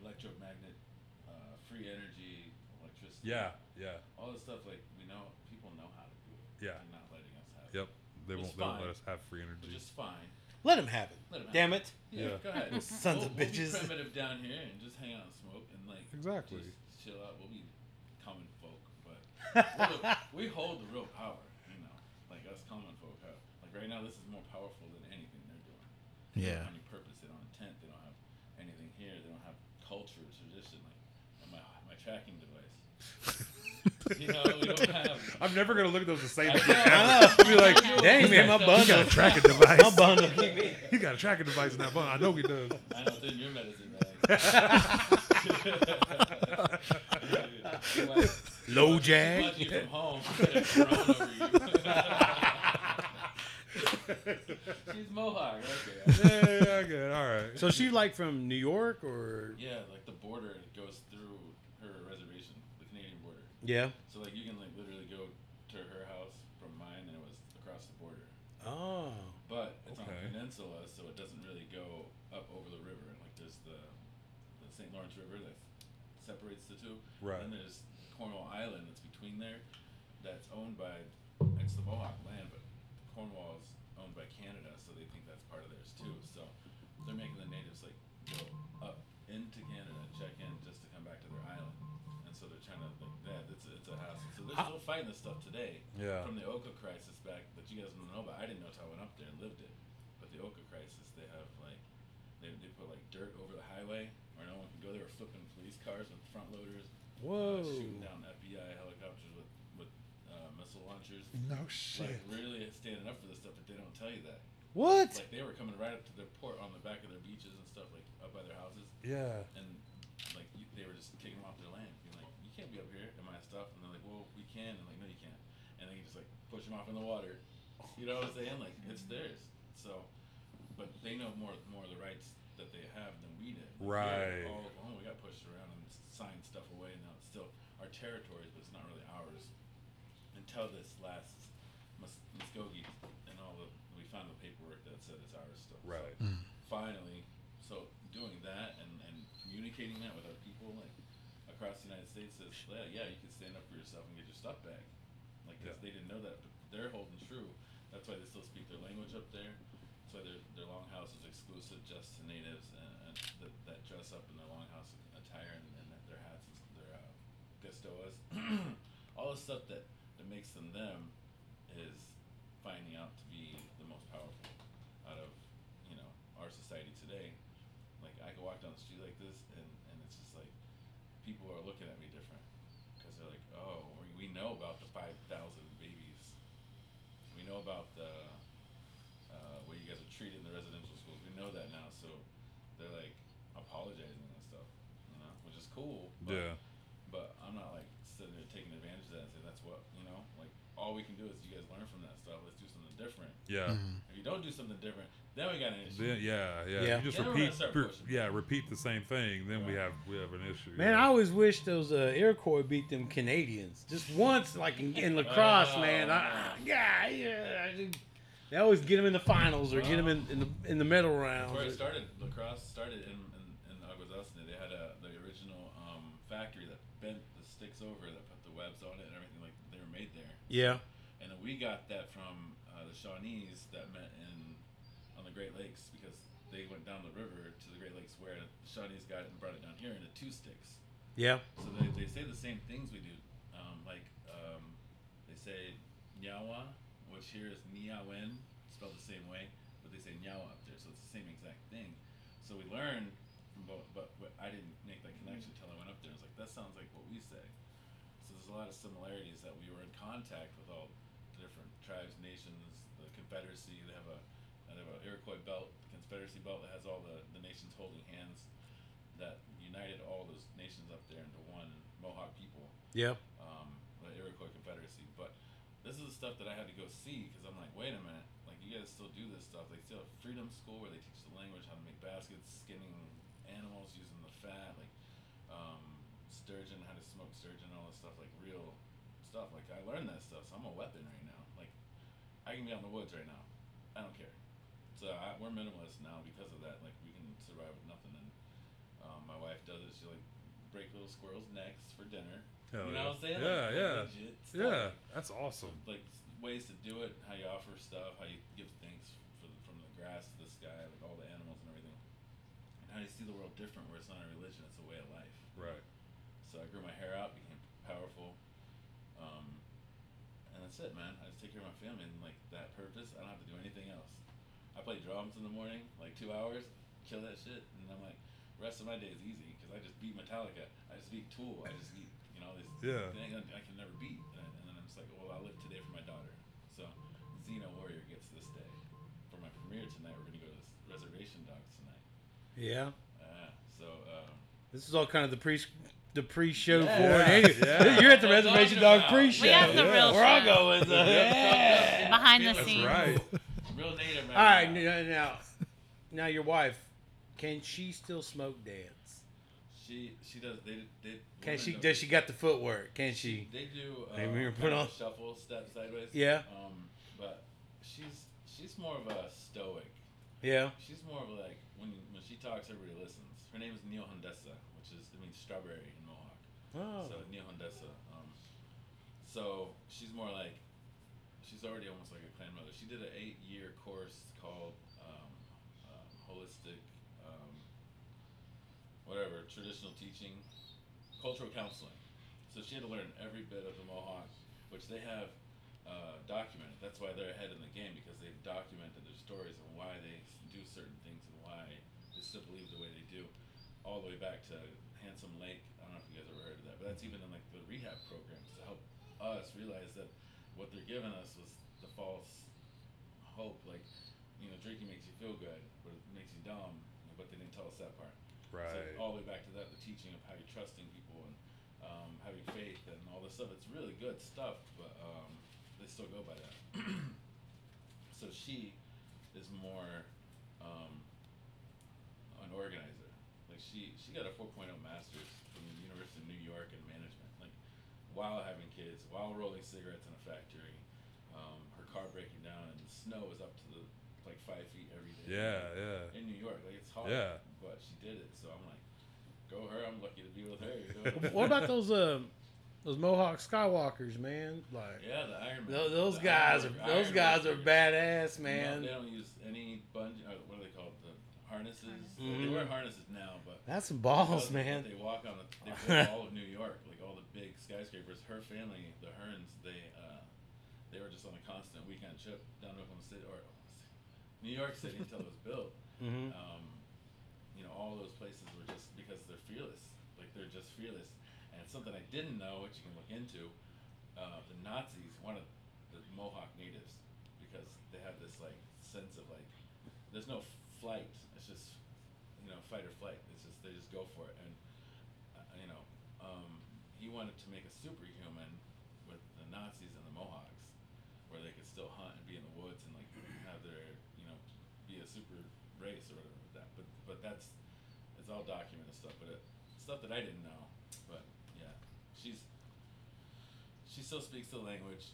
S6: electromagnet, uh, free energy, electricity.
S2: Yeah, yeah,
S6: All this stuff like we know people know how to do it.
S2: Yeah.
S6: They're not letting us have. it,
S2: yep. They
S6: It's
S2: won't. They won't
S6: fine.
S2: let us have free energy.
S6: Which is fine.
S4: Let them have it.
S6: Let 'em have
S4: Damn it.
S6: Yeah,
S2: Yeah.
S6: go ahead.
S4: Sons
S6: we'll,
S4: of bitches.
S6: We'll be primitive down here and just hang out and smoke and like
S2: Exactly.
S6: just chill out. We'll be common folk, but look, we hold the real power, you know. Like us common folk have. Like right now, this is more powerful than anything they're doing. They
S1: Yeah.
S6: Don't have any purpose? They don't have intent. They don't have anything here. They don't have culture, tradition, like and my my tracking device. you know, we don't have.
S2: I'm never gonna look at those the same.
S6: I
S2: thing
S6: know.
S2: ever. Be like,
S4: Dang man, my bundle.
S2: tracking device.
S4: My bundle.
S2: He got a tracking device in that bun. I know he does.
S6: I don't think your medicine bag.
S4: Low jag.
S6: Watching you from home. Corona over you. She's Mohawk. Okay.
S2: Yeah, yeah, yeah, good. All right.
S4: So she like from New York or
S6: Yeah, like the border goes through her reservation, the Canadian border.
S4: yeah.
S6: So like you can like literally go to her house from mine, and it was across the border.
S4: Oh.
S6: But it's on
S2: Okay.
S6: a peninsula, so it doesn't really go up over the river. And like there's the the St. Lawrence River that separates the two.
S2: Right.
S6: And then there's Cornwall Island that's between there, that's owned by it's the Mohawk land, but Cornwall is owned by Canada, so they think that's part of theirs too.
S2: Hmm.
S6: So they're making the natives like go up into Canada and check in just to come back to their island. And so they're trying to like that. It's a, it's a hassle. So they're still fighting this stuff today
S2: Yeah.
S6: from the Oka crisis back that you guys don't know about. I didn't know until I went up there and lived it. But the Oka crisis, they have like they, they put like dirt over the highway where no one can go. They were flipping police cars with front loaders, uh,
S4: Whoa.
S6: shooting down FBI helicopters with with uh, missile launchers.
S2: No shit.
S6: Like really standing up for this stuff, but they don't tell you that.
S4: What?
S6: Like they were coming right up to their port on the back of their beaches and stuff, like up by their houses
S2: Yeah.
S6: and like you, they were just kicking them off their land, being like, "You can't be up here." Am I stuff? And they're like, "Well, we can." And like, "No, you can't." And they just like push them off in the water. You know what I'm saying? Like it's theirs. So, but they know more more of the rights that they have than we did. Like, we were
S2: Right.
S6: All alone. We got pushed around and signed stuff away. Now it's still our territories, but it's not really ours until this last Mus- Muskogee and all the we found the paperwork that said it's ours still. So
S2: Right.
S6: finally, so doing that and, and communicating that with our people like across the United States is yeah, yeah, you can stand up for yourself and get your stuff back. Like 'cause
S2: Yeah.
S6: they didn't know that, but they're holding true. That's why they still speak their language up there. That's why their their longhouse is exclusive just to natives and, and that, that dress up in their longhouse attire and, and that their hats, and their uh, gustoas, all the stuff that that makes them them is finding out to be the most powerful out of you know our society today. Like I could walk down the street like this, and, and it's just like people are looking at me different because they're like, oh, we, we know about the five thousand babies. We know about the uh, way you guys are treated in the residential schools. We know that now, so they're like apologizing and stuff, you know, which is cool. but
S2: Yeah.
S6: but I'm not like sitting there taking advantage of that and saying that's what you know. Like all we can do is you guys learn from that stuff. Let's do something different.
S2: Yeah.
S6: If you don't do something different, Then we got an issue.
S2: Then yeah, yeah.
S4: Yeah.
S2: You just
S6: Then we're
S2: repeat,
S6: gonna start
S2: per-
S6: pushing.
S2: yeah, repeat the same thing. Then we have we have an issue.
S4: Man,
S2: yeah.
S4: I always wish those uh, Iroquois beat them Canadians just once, like in, in lacrosse,
S6: Oh,
S4: man. I, yeah, yeah. I just- they always get them in the finals or get them in, in the in the medal
S6: That's where
S4: rounds.
S6: it started. Lacrosse started in in, in Aguasasne. They had a the original um, factory that bent the sticks over, that put the webs on it and everything. Like they were made there.
S4: Yeah,
S6: And then we got that from uh, the Shawnees that met in on the Great Lakes because they went down the river to the Great Lakes where the Shawnees got it and brought it down here into two sticks.
S4: yeah,
S6: So they, they say the same things we do. Um, like um, they say Nyawa, which here is Niawen, spelled the same way, but they say Nyawa up there, so it's the same exact thing. So we learn from both, but what I didn't make that connection until I went up there. I was like, that sounds like what we say. So there's a lot of similarities that we were in contact with all the different tribes, nations, the Confederacy. They have a they have an Iroquois belt, Confederacy belt that has all the, the nations holding hands that united all those nations up there into one Mohawk people,
S4: yeah.
S6: um, the Iroquois Confederacy. But this is the stuff that I had to go see because I'm like, wait a minute, like you guys still do this stuff. They still have freedom school where they teach the language, how to make baskets, skinning animals, using the fat, like um, sturgeon, how to smoke sturgeon, all this stuff, like real stuff. Like I learned that stuff, so I'm a weapon right now. Like I can be out in the woods right now. I don't care. So I, we're minimalists now because of that. Like we can survive with nothing. And um, my wife does it. She like break little squirrels' necks for dinner.
S2: Hell Oh, yeah.
S6: you know what I'm saying?
S2: Yeah, yeah.
S6: like, Like legit stuff.
S2: yeah, that's awesome.
S6: Like s- ways to do it, how you offer stuff, how you give thanks for the, from the grass to the sky, like all the animals and everything, and how you see the world different, where it's not a religion, it's a way of life.
S2: Right.
S6: So I grew my hair out, became powerful. Um, and that's it, man. I just take care of my family and like that purpose. I don't have to do anything else. I play drums in the morning, like two hours, kill that shit, and I'm like, rest of my day is easy because I just beat Metallica, I just beat Tool, I just beat you know this
S2: Yeah.
S6: thing I, I can never beat, and, and then I'm just like, well, I live today for my daughter. So Xena Warrior gets this day for my premiere tonight. We're gonna go to this Reservation Dogs tonight.
S4: Yeah.
S6: Uh, so. Um,
S4: This is all kind of the pre the pre show
S6: Yeah.
S4: for it. Anyway,
S2: Yeah.
S4: You're at the
S6: That's what I'm
S4: Reservation
S6: talking
S4: Dog
S6: about.
S4: pre show.
S3: We have the
S2: Yeah.
S3: real
S4: Where I
S3: show.
S4: go is uh, yeah.
S3: Behind the
S6: That's
S2: That's
S3: scenes.
S2: right.
S6: Real native.
S4: All right, now, now, now your wife, can she still smoke dance?
S6: She she does. They they.
S4: Can
S6: women
S4: she?
S6: don't-
S4: Does she got the footwork? Can she?
S6: They do. Uh,
S4: They were put
S6: kind of
S4: on-
S6: shuffle step sideways.
S4: Yeah.
S6: Um, but she's she's more of a stoic.
S4: Yeah.
S6: She's more of like when when she talks, everybody listens. Her name is Neil Hundessa, which is it means strawberry in Mohawk.
S4: Oh.
S6: So Neil Hundessa. Um, so she's more like she's already almost like a grandmother. She did an eight-year course called um, um, holistic, um, whatever, traditional teaching, cultural counseling. So she had to learn every bit of the Mohawk, which they have uh, documented. That's why they're ahead in the game because they've documented their stories and why they do certain things and why they still believe the way they do, all the way back to Handsome Lake. I don't know if you guys ever heard of that, but that's even in like the rehab programs to help us realize that what they're giving us was the false hope. Like, you know, drinking makes you feel good, but it makes you dumb. But they didn't tell us that part. So
S2: Right.
S6: all the way back to that, the teaching of how you're trusting people and um, having faith and all this stuff. It's really good stuff, but um, they still go by that. so she is more um, an organizer. Like she, she got a 4.0 master's from the University of New York in management. Like while having kids, while rolling cigarettes in a factory, um, her car breaking down and the snow was up to the like five feet every day
S2: Yeah, yeah.
S6: in New York. Like it's hard.
S2: Yeah.
S6: But she did it, so I'm like, go her. I'm lucky to be with her. You know?
S4: What about those um those Mohawk Skywalkers, man? Like
S6: Yeah, the Iron Man.
S4: those, those
S6: The
S4: guys are
S6: Iron-
S4: those
S6: Iron
S4: guys are
S6: Man.
S4: badass,
S6: No,
S4: man.
S6: they don't use any bungee. Or what are they called? The harnesses. They
S4: Mhm.
S6: wear harnesses now, but
S4: That's some
S6: because
S4: balls,
S6: of what
S4: man.
S6: They walk on. The, they walk all of New York, like all the big skyscrapers. Her family, the Hearns, they uh, they were just on a constant weekend trip down to Oklahoma City or Oklahoma City, New York City until it was built.
S4: hmm
S6: um, you know, all those places were just because they're fearless. Like they're just fearless. And something I didn't know, which you can look into, uh, the Nazis wanted the Mohawk natives because they had this like sense of like, there's no flight. It's just, you know, fight or flight. It's just they just go for it. And uh, you know, um, he wanted to make a superhuman with the Nazis and the Mohawks, where they could still hunt and be in the woods and like have their, you know, be be a super race or whatever with that. But but that's it's all documented stuff. But it, stuff that I didn't know. But yeah, she's she still speaks the language.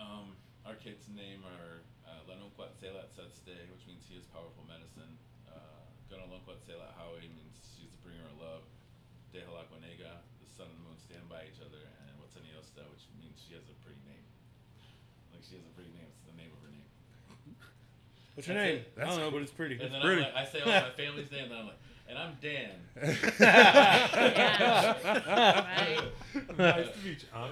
S6: Um, our kids' name are uh, Lanunquat Selat Satste, which means he is powerful medicine. Uh, Gunalunquat Selat Hawe means she's the bringer of love. Dehalakwanega, the sun and the moon stand by each other. And Watsaniosta, which means she has a pretty name. Like she has a pretty name. It's the name of her name.
S4: What's your
S6: That's
S4: name?
S6: it.
S4: I
S2: That's
S4: don't know,
S2: cool.
S4: but it's pretty.
S6: And then
S2: pretty.
S6: I'm like, I say all my family's name, and I'm like, and I'm Dan.
S3: Yeah.
S2: nice to meet you. I'm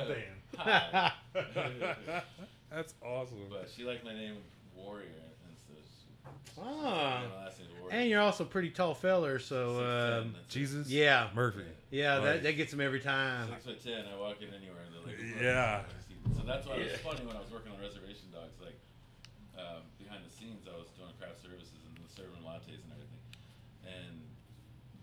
S6: Hi.
S2: Dan. That's awesome.
S6: but she liked my name Warrior, and so she,
S4: Ah.
S6: my last name is Warrior.
S4: And you're also a pretty tall feller, so
S6: Six
S4: um,
S6: foot ten, that's it.
S2: Jesus.
S4: yeah,
S2: Murphy.
S4: yeah,
S2: Right.
S4: that, that gets him every time.
S6: Six foot ten. I walk in anywhere and they're like,
S2: Yeah.
S6: So that's why it
S4: Yeah.
S6: was funny when I was working on Reservation Dogs. Like um, behind the scenes, I was doing craft services and serving lattes and everything, and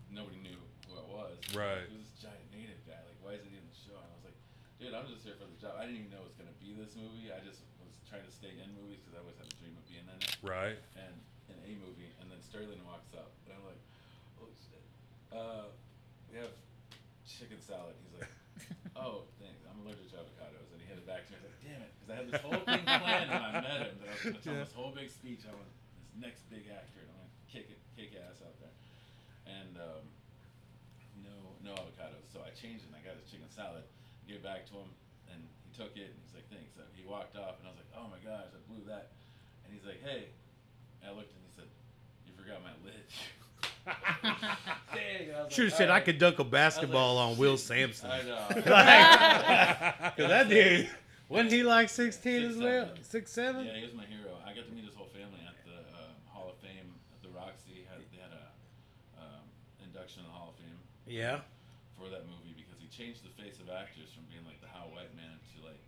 S6: nobody knew who I was.
S2: Right.
S6: It was this giant native guy. Like, why is it even show? And I was like, dude, I'm just here for the job. I didn't even know it was gonna be this movie. I just was trying to stay in movies because I always had a dream of being in it.
S2: Right.
S6: and in a movie, and then Sterling walks up, and I'm like, "Oh shit, uh, we have chicken salad." He's like, "Oh, thanks. I'm allergic to avocados," and he hit it back to me. I was like, "Damn it," because I had this whole big plan when I met him. That I was going to tell
S2: Yeah.
S6: this whole big speech. I was this next big actor, and I'm going to kick it, kick ass out there, and um, no, no avocados. So I changed it, and I got his chicken salad. Gave it back to him, and he took it, and he's like, "Thanks." So he walked off, and I was like, "Oh my gosh, I blew that." And he's like, "Hey," And I looked and he said, "You forgot my lid." Dang! and I was
S4: Should have
S6: like,
S4: said I
S6: "Alright."
S4: could dunk a
S6: I was like,
S4: basketball on Will
S6: "Shit."
S4: Sampson.
S6: I know.
S4: Like, 'cause that dude, wasn't he like sixteen as
S6: Six,
S4: well?
S6: seven.
S4: Six seven?
S6: yeah, he was my hero. I got to meet his whole family at the uh, Hall of Fame at the Roxy. Had, they had a um, induction in the Hall of Fame
S4: Yeah.
S6: for that movie because he changed the face of actors from being like the How White Man to like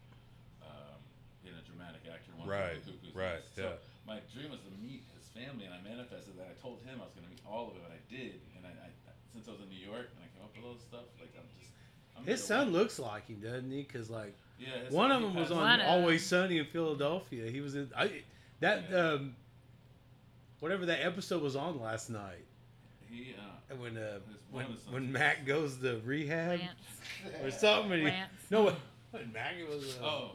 S6: um, being a dramatic actor. One
S2: Right,
S6: the Cuckoo's
S2: right,
S6: Nest.
S2: yeah.
S6: So my dream was to meet his family, and I manifested that. I told him I was going to meet all of them, and I did. And I, I since I was in New York and I came up with all this stuff, like I'm just. I'm
S4: His
S6: gonna
S4: son looks like him, doesn't he? Because like
S6: win. Yeah. his
S4: one
S6: son,
S4: of
S6: he
S4: them was
S6: passed-
S4: on
S3: One of 'em.
S4: Always Sunny in Philadelphia. He was in I, that
S6: Yeah.
S4: um, whatever that episode was on last night
S6: He. Uh,
S4: when uh,
S6: It's
S4: when
S6: one of the
S4: when
S6: sons.
S4: Mac goes to rehab
S3: Lance.
S4: or something. and he-
S3: Lance.
S4: no, what- when Mac it was uh,
S6: oh.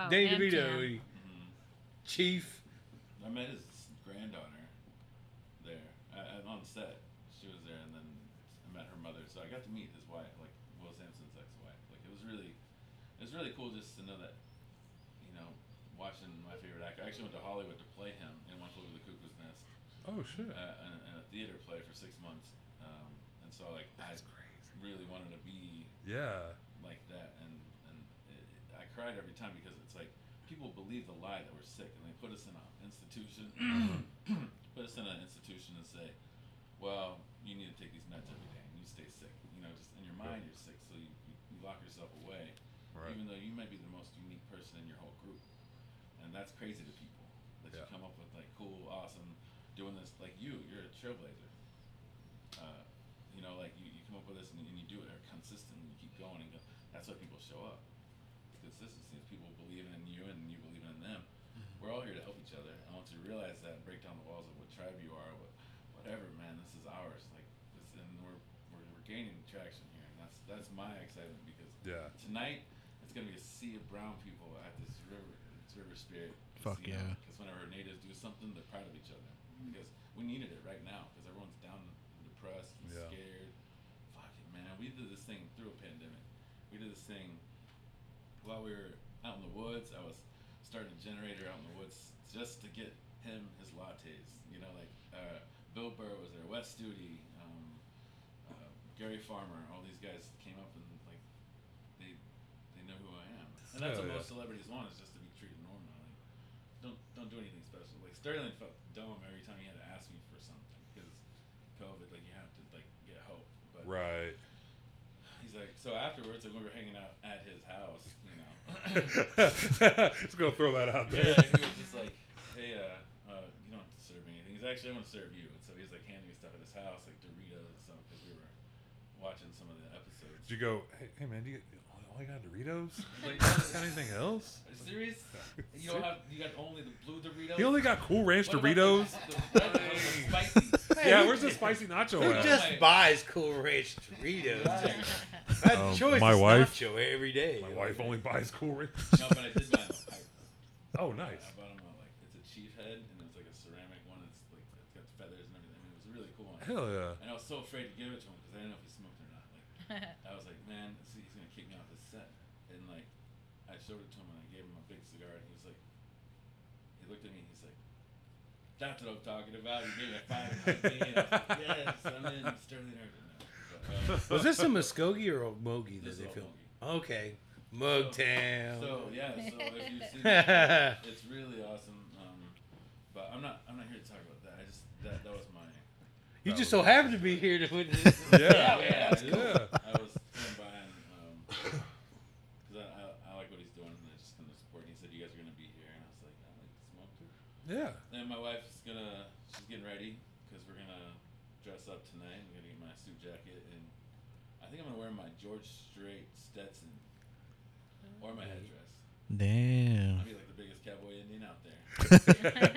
S3: Oh,
S4: Danny
S3: and
S4: DeVito,
S3: Tim.
S4: he-
S6: mhm.
S4: Chief.
S6: I met his granddaughter there I, on set. She was there, and then I met her mother. So I got to meet his wife, like Will Sampson's ex-wife. Like it was really, it was really cool just to know that, you know, watching my favorite actor. I actually went to Hollywood to play him in One Flew Over the Cuckoo's Nest,
S2: Oh shit.
S6: uh, in, in a theater play for six months. Um, and so like I really wanted to be
S2: Yeah.
S6: like that, and and it, it, I cried every time because it's like people believe the lie that we're sick, and they put us in an institution, put us in an institution and say, well, you need to take these meds every day, and you stay sick. You know, just in your mind, you're sick, so you, you, you lock yourself away,
S2: Right.
S6: even though you might be the most unique person in your whole group, and that's crazy to people. That you
S2: Yeah.
S6: come up with like cool, awesome, doing this like you, you're a trailblazer. Uh, you know, like you, you come up with this and, and you do it consistently, you keep going and go. That's why people show up. It's consistency. It's people believing in you and you believing in them.
S2: Mm-hmm.
S6: We're all here to help each other. And once you realize that and break down the walls of what tribe you are, what, whatever, man, this is ours. Like, this, and we're, we're, we're gaining traction here. And that's, that's my excitement because
S2: Yeah.
S6: tonight it's gonna be a sea of brown people at this river, this river spirit.
S1: Fuck yeah.
S6: Because whenever natives do something, they're proud of each other. Because we needed it right now. Because everyone's down and depressed and
S2: Yeah.
S6: scared. Fuck it, man. We did this thing through a pandemic. We did this thing while we were out in the woods. I was starting a generator out in the woods just to get him his lattes. You know, like uh, Bill Burr was there, Wes Studi, um, uh, Gary Farmer. All these guys came up and like they they know who I am, and that's
S2: Hell
S6: what
S2: yeah.
S6: most celebrities want is just to be treated normal. Like, don't don't do anything special. Like Sterling felt dumb every time he had to ask me for something because COVID. Like you have to like get help, but
S2: Right.
S6: he's like so afterwards, like, we were hanging out at his house, you know.
S2: Just gonna throw that out
S6: Yeah,
S2: there.
S6: he was just like, hey, uh, uh, you don't have to serve me anything. He's actually, I'm going to serve you. And so he was like handing me stuff at his house, like Doritos and stuff, because we were watching some of the episodes.
S2: Did you go? Hey, hey man, do you, all only got Doritos. Like, you don't got anything else?
S6: Are you serious? You don't have. You got only the blue Doritos.
S2: You only got Cool Ranch
S6: What about the-
S2: Doritos.
S6: the red ones, the spicy?
S2: Yeah, where's the spicy nacho
S4: Who
S2: at?
S4: just
S6: Wait.
S4: buys Cool Ranch Doritos? I had
S2: Um,
S4: a choice.
S2: my
S4: My
S2: wife-
S4: wife. Nacho every day.
S2: My wife only buys Cool Ranch.
S6: No, but I did buy them. I,
S2: Oh,
S6: I
S2: nice.
S6: bought them like it's a chief head and it's like a ceramic one. It's like it's got feathers and everything. I mean, it was a really cool one.
S2: Hell yeah.
S6: And I was so afraid to give it to him because I didn't know if he smoked or not. Like, I was like, man, see, he's gonna kick me off his set. And like, I showed it to him and I gave him a big cigar and he was like, he looked at me and he's like, that's what I'm talking about. He gave me a five. and I was like, yes, I'm in. I'm Sterling Irvin. now." But, uh,
S4: Was this a Muskogee or Okmulgee
S6: This
S4: that they
S6: is
S4: filmed?
S6: Okmulgee.
S4: Okay, Mugtown.
S6: So yeah, so if you see, that, it's really awesome. Um, but I'm not, I'm not here to talk about that. I just that that was my.
S4: you
S2: that
S4: just
S2: was-
S4: so happen to be here to witness. this.
S2: Yeah.
S6: yeah,
S2: that's
S6: it is.
S2: cool.
S6: I was going by and um 'cause I, I, I like what he's doing and I just kind of support. And he said you guys are gonna be here, and I was like, I like to smoke too.
S2: Yeah.
S6: Then my wife's gonna, she's getting ready because we're gonna dress up tonight. I'm gonna get my suit jacket and I think I'm gonna wear my George Strait Stetson or my headdress.
S1: Damn.
S2: Hmm.
S6: I'll be like the biggest cowboy Indian out there.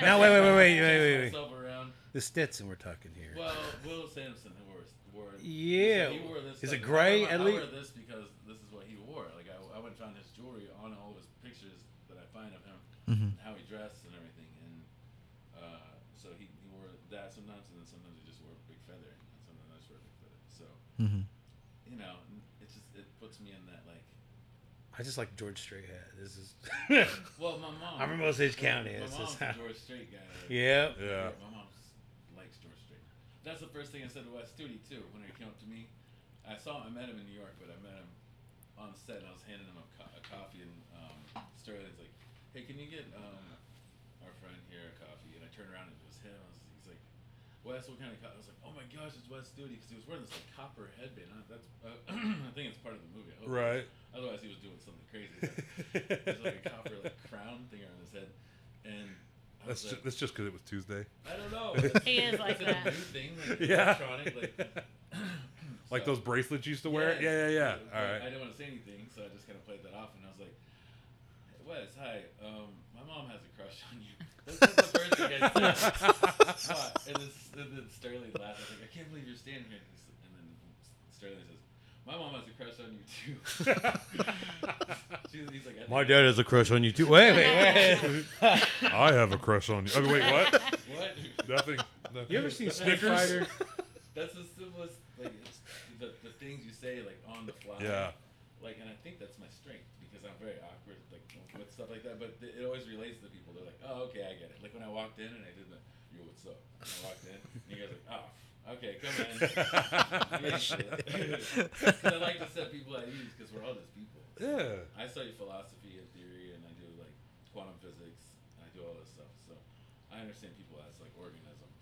S4: Now wait, wait, wait, wait, wait, wait, wait.
S6: Myself around.
S4: The Stetson we're talking here.
S6: Well, Will Sampson who wore, wore
S4: Yeah.
S6: he wore this.
S4: Is it
S6: like,
S4: gray,
S6: I,
S4: at
S6: I
S4: least?
S6: wear this because this is what he wore. Like I, I went and found his jewelry on all of his pictures that I find of him,
S1: Mm-hmm.
S6: and how he dressed and everything, and uh, so he, he wore that sometimes, and then sometimes he just wore a big feather, and sometimes I just wear a big feather. So
S1: Mhm.
S6: you know, it just it puts me in that like.
S4: I just like George Strait hat. This is.
S6: Well, my mom.
S4: I'm from Osage County.
S6: My
S4: This is
S6: mom's a
S4: how.
S6: George Strait guy. like,
S4: Yep.
S2: Yeah.
S6: My mom s- likes George Strait. That's the first thing I said to Wes Studi too when he came up to me. I saw him. I met him in New York, but I met him on set, and I was handing him a, co- a coffee, and um, Sterling's like, "Hey, can you get um, our friend here a coffee?" And I turned around, and it was him. I was, he's like, "Wes, what kind of coffee?" I was like, "Oh my gosh, it's Wes Studi," because he was wearing this like copper headband. I, that's uh, I think it's part of the movie. I hope.
S2: Right.
S6: Otherwise, he was doing something crazy. There's like a copper like crown thing on his head, and
S2: That's
S6: I was
S2: just,
S6: like,
S2: that's just because it was Tuesday.
S6: I don't know.
S3: He is like
S6: It's a
S3: that.
S6: new thing, like
S2: Yeah.
S6: electronic, like
S2: Like
S6: so-
S2: those bracelets you used to wear? Yeah, yeah, yeah.
S6: but
S2: All
S6: I
S2: right.
S6: didn't want to say anything, so I just kind of played that off, and I was like, "Hey, "Wes, hi. Um, my mom has a crush on you." That's not the first thing I said. But- and, then, and then Sterling laughed. I was like, "I can't believe you're standing here." And s- And then Sterling says, "My mom has a crush on you too." She's, he's like, I
S4: My
S6: think-
S4: dad has a crush on you too. Wait, wait, wait.
S2: I have a crush on you. Oh, wait, what?
S6: What?
S2: Nothing. nothing.
S4: You ever seen Snickers? Fighter?
S6: That's the simplest. Like it's the, the things you say like on the fly.
S2: Yeah.
S6: Like, and I think that's my strength because I'm very awkward, like with stuff like that. But th- it always relates to people. They're like, oh, okay, I get it. Like when I walked in and I did the, yo, what's up? And I walked in, and you guys are like, oh, okay, come in. Because I like to set people at ease because we're all just people.
S2: Yeah.
S6: I study philosophy and theory, and I do like quantum physics, and I do all this stuff. So I understand people as like organisms.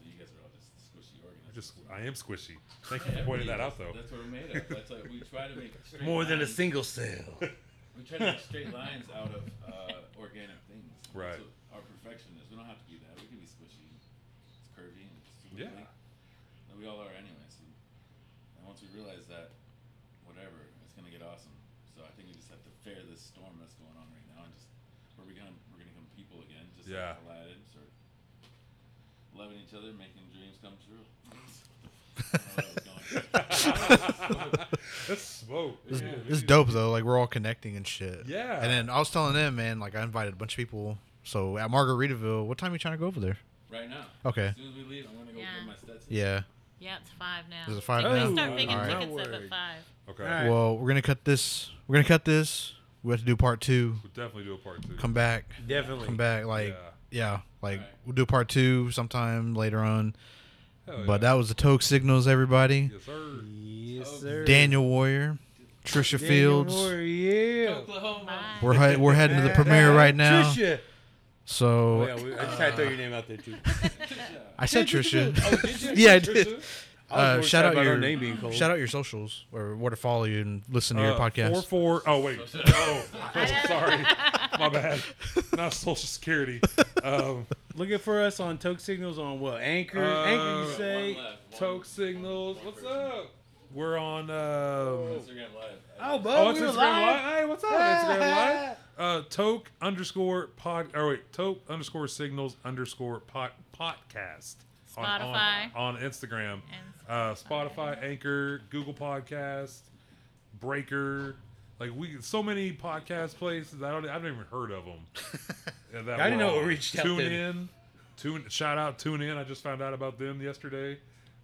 S6: So you guys are all just squishy organisms.
S2: I just I am squishy. Thank you for pointing that out, though.
S6: That's what we're made of. That's like we try to make straight
S4: More than a
S6: lines-
S4: single cell.
S6: We try to make straight lines out of uh, organic things.
S2: Right.
S6: That's what our perfection is. We don't have to be that. We can be squishy, and it's curvy, and it's super
S2: Yeah.
S6: big. But we all are anyways. And, and once we realize that, whatever, it's gonna get awesome. So I think we just have to fare this storm that's going on right now, and just we're becoming we're gonna become people again, just
S2: Yeah.
S6: like Aladdin, sort of loving each other, making dreams come true. I don't know where I was going.
S2: That's smoke.
S1: It's,
S2: Yeah.
S1: it's dope though. Like we're all connecting and shit.
S2: Yeah.
S1: And then I was telling them, man, like I invited a bunch of people. So at Margaritaville, what time you trying to go over there?
S6: Right now.
S1: Okay.
S6: As soon as we leave, I'm gonna go
S3: Yeah.
S6: get my Stetson.
S1: Yeah.
S3: Yeah, it's five now.
S1: Is it five
S3: They-
S1: now?
S3: They
S2: Oh,
S3: start picking
S1: alright.
S3: tickets
S4: No
S3: up at
S4: worries.
S3: five.
S2: Okay.
S4: All right.
S1: Well, we're gonna cut this. We're gonna cut this. We have to do part two.
S2: We'll definitely do a part two.
S1: Come back.
S4: Definitely.
S1: Come back. Like
S2: Yeah.
S1: yeah. like
S6: Alright.
S1: we'll do part two sometime later on.
S4: Oh,
S2: Hell
S1: But that was the Toke Signals, everybody.
S2: Yes, sir.
S4: Yes, sir.
S1: Daniel Warrior, Trisha
S4: Daniel
S1: Fields.
S4: Moore, yeah.
S6: Oklahoma.
S1: We're he- we're heading to the premiere right now.
S4: Trisha.
S1: So
S4: Oh, yeah, we, I just had to throw your name out there too.
S1: I said Trisha.
S4: Oh, did you?
S1: Yeah, I did.
S4: I
S1: Uh,
S4: was
S1: shout
S4: more excited
S1: out
S4: about
S1: your
S4: her name being called.
S1: shout out your socials or where to follow you and listen to your
S2: Uh,
S1: podcast.
S2: Four four. Oh wait. Oh, oh, sorry. My bad. Not Social Security. Um,
S4: Looking for us on Toke Signals on what? Anchor. Anchor,
S2: Uh,
S4: you say?
S6: One left, one-
S2: Toke signals. What's up? We're on. Um,
S6: Instagram Live.
S4: Oh, bud,
S2: oh, it's
S4: we were
S2: Instagram
S4: live.
S2: Live. Hey, what's up, Instagram Live? Uh, toke underscore pod. Or wait, toke underscore signals underscore pod, podcast. on-
S3: Spotify.
S2: On, on, Instagram.
S3: And
S2: Uh, Spotify, Anchor, Google Podcast, Breaker. Like we, so many podcast places. I don't. I've never even heard of them. Yeah, that
S4: I didn't
S2: we're
S4: know it
S2: on.
S4: reached out
S2: Tune
S4: then.
S2: in. Tune. Shout out. Tune in. I just found out about them yesterday.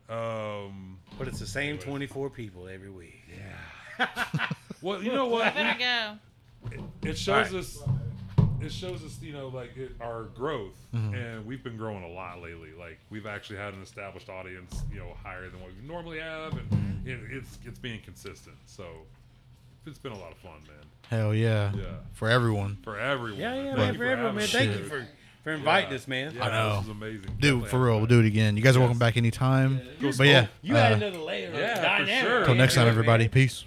S2: Um.
S4: But it's the same 24 people every week.
S2: Well, you know what?
S3: better go.
S2: it shows
S4: Alright.
S2: us it shows us you know like it, our growth
S1: Mm-hmm.
S2: and we've been growing a lot lately like we've actually had an established audience you know higher than what we normally have
S1: Mm-hmm.
S2: and it, it's it's being consistent so it's been a lot of fun man
S1: Hell yeah.
S2: Yeah.
S1: For everyone.
S2: for everyone
S4: Yeah, yeah,
S2: Thank
S4: man,
S2: you
S4: for everyone,
S2: having
S4: man.
S2: us,
S4: Thank you
S2: dude.
S4: for, for inviting
S2: Yeah.
S4: us, man.
S2: Yeah,
S1: I know.
S2: this is amazing
S1: Dude,
S2: Definitely
S1: for
S2: have
S1: real, we'll
S2: fun.
S1: do it again. You guys are welcome
S2: Yes.
S1: back anytime.
S4: Oh, You
S1: But yeah,
S4: add
S1: uh,
S4: another layer of
S2: yeah, for
S4: dynamic.
S2: sure.
S1: till next time,
S2: Yeah,
S1: everybody.
S4: man.
S1: Peace.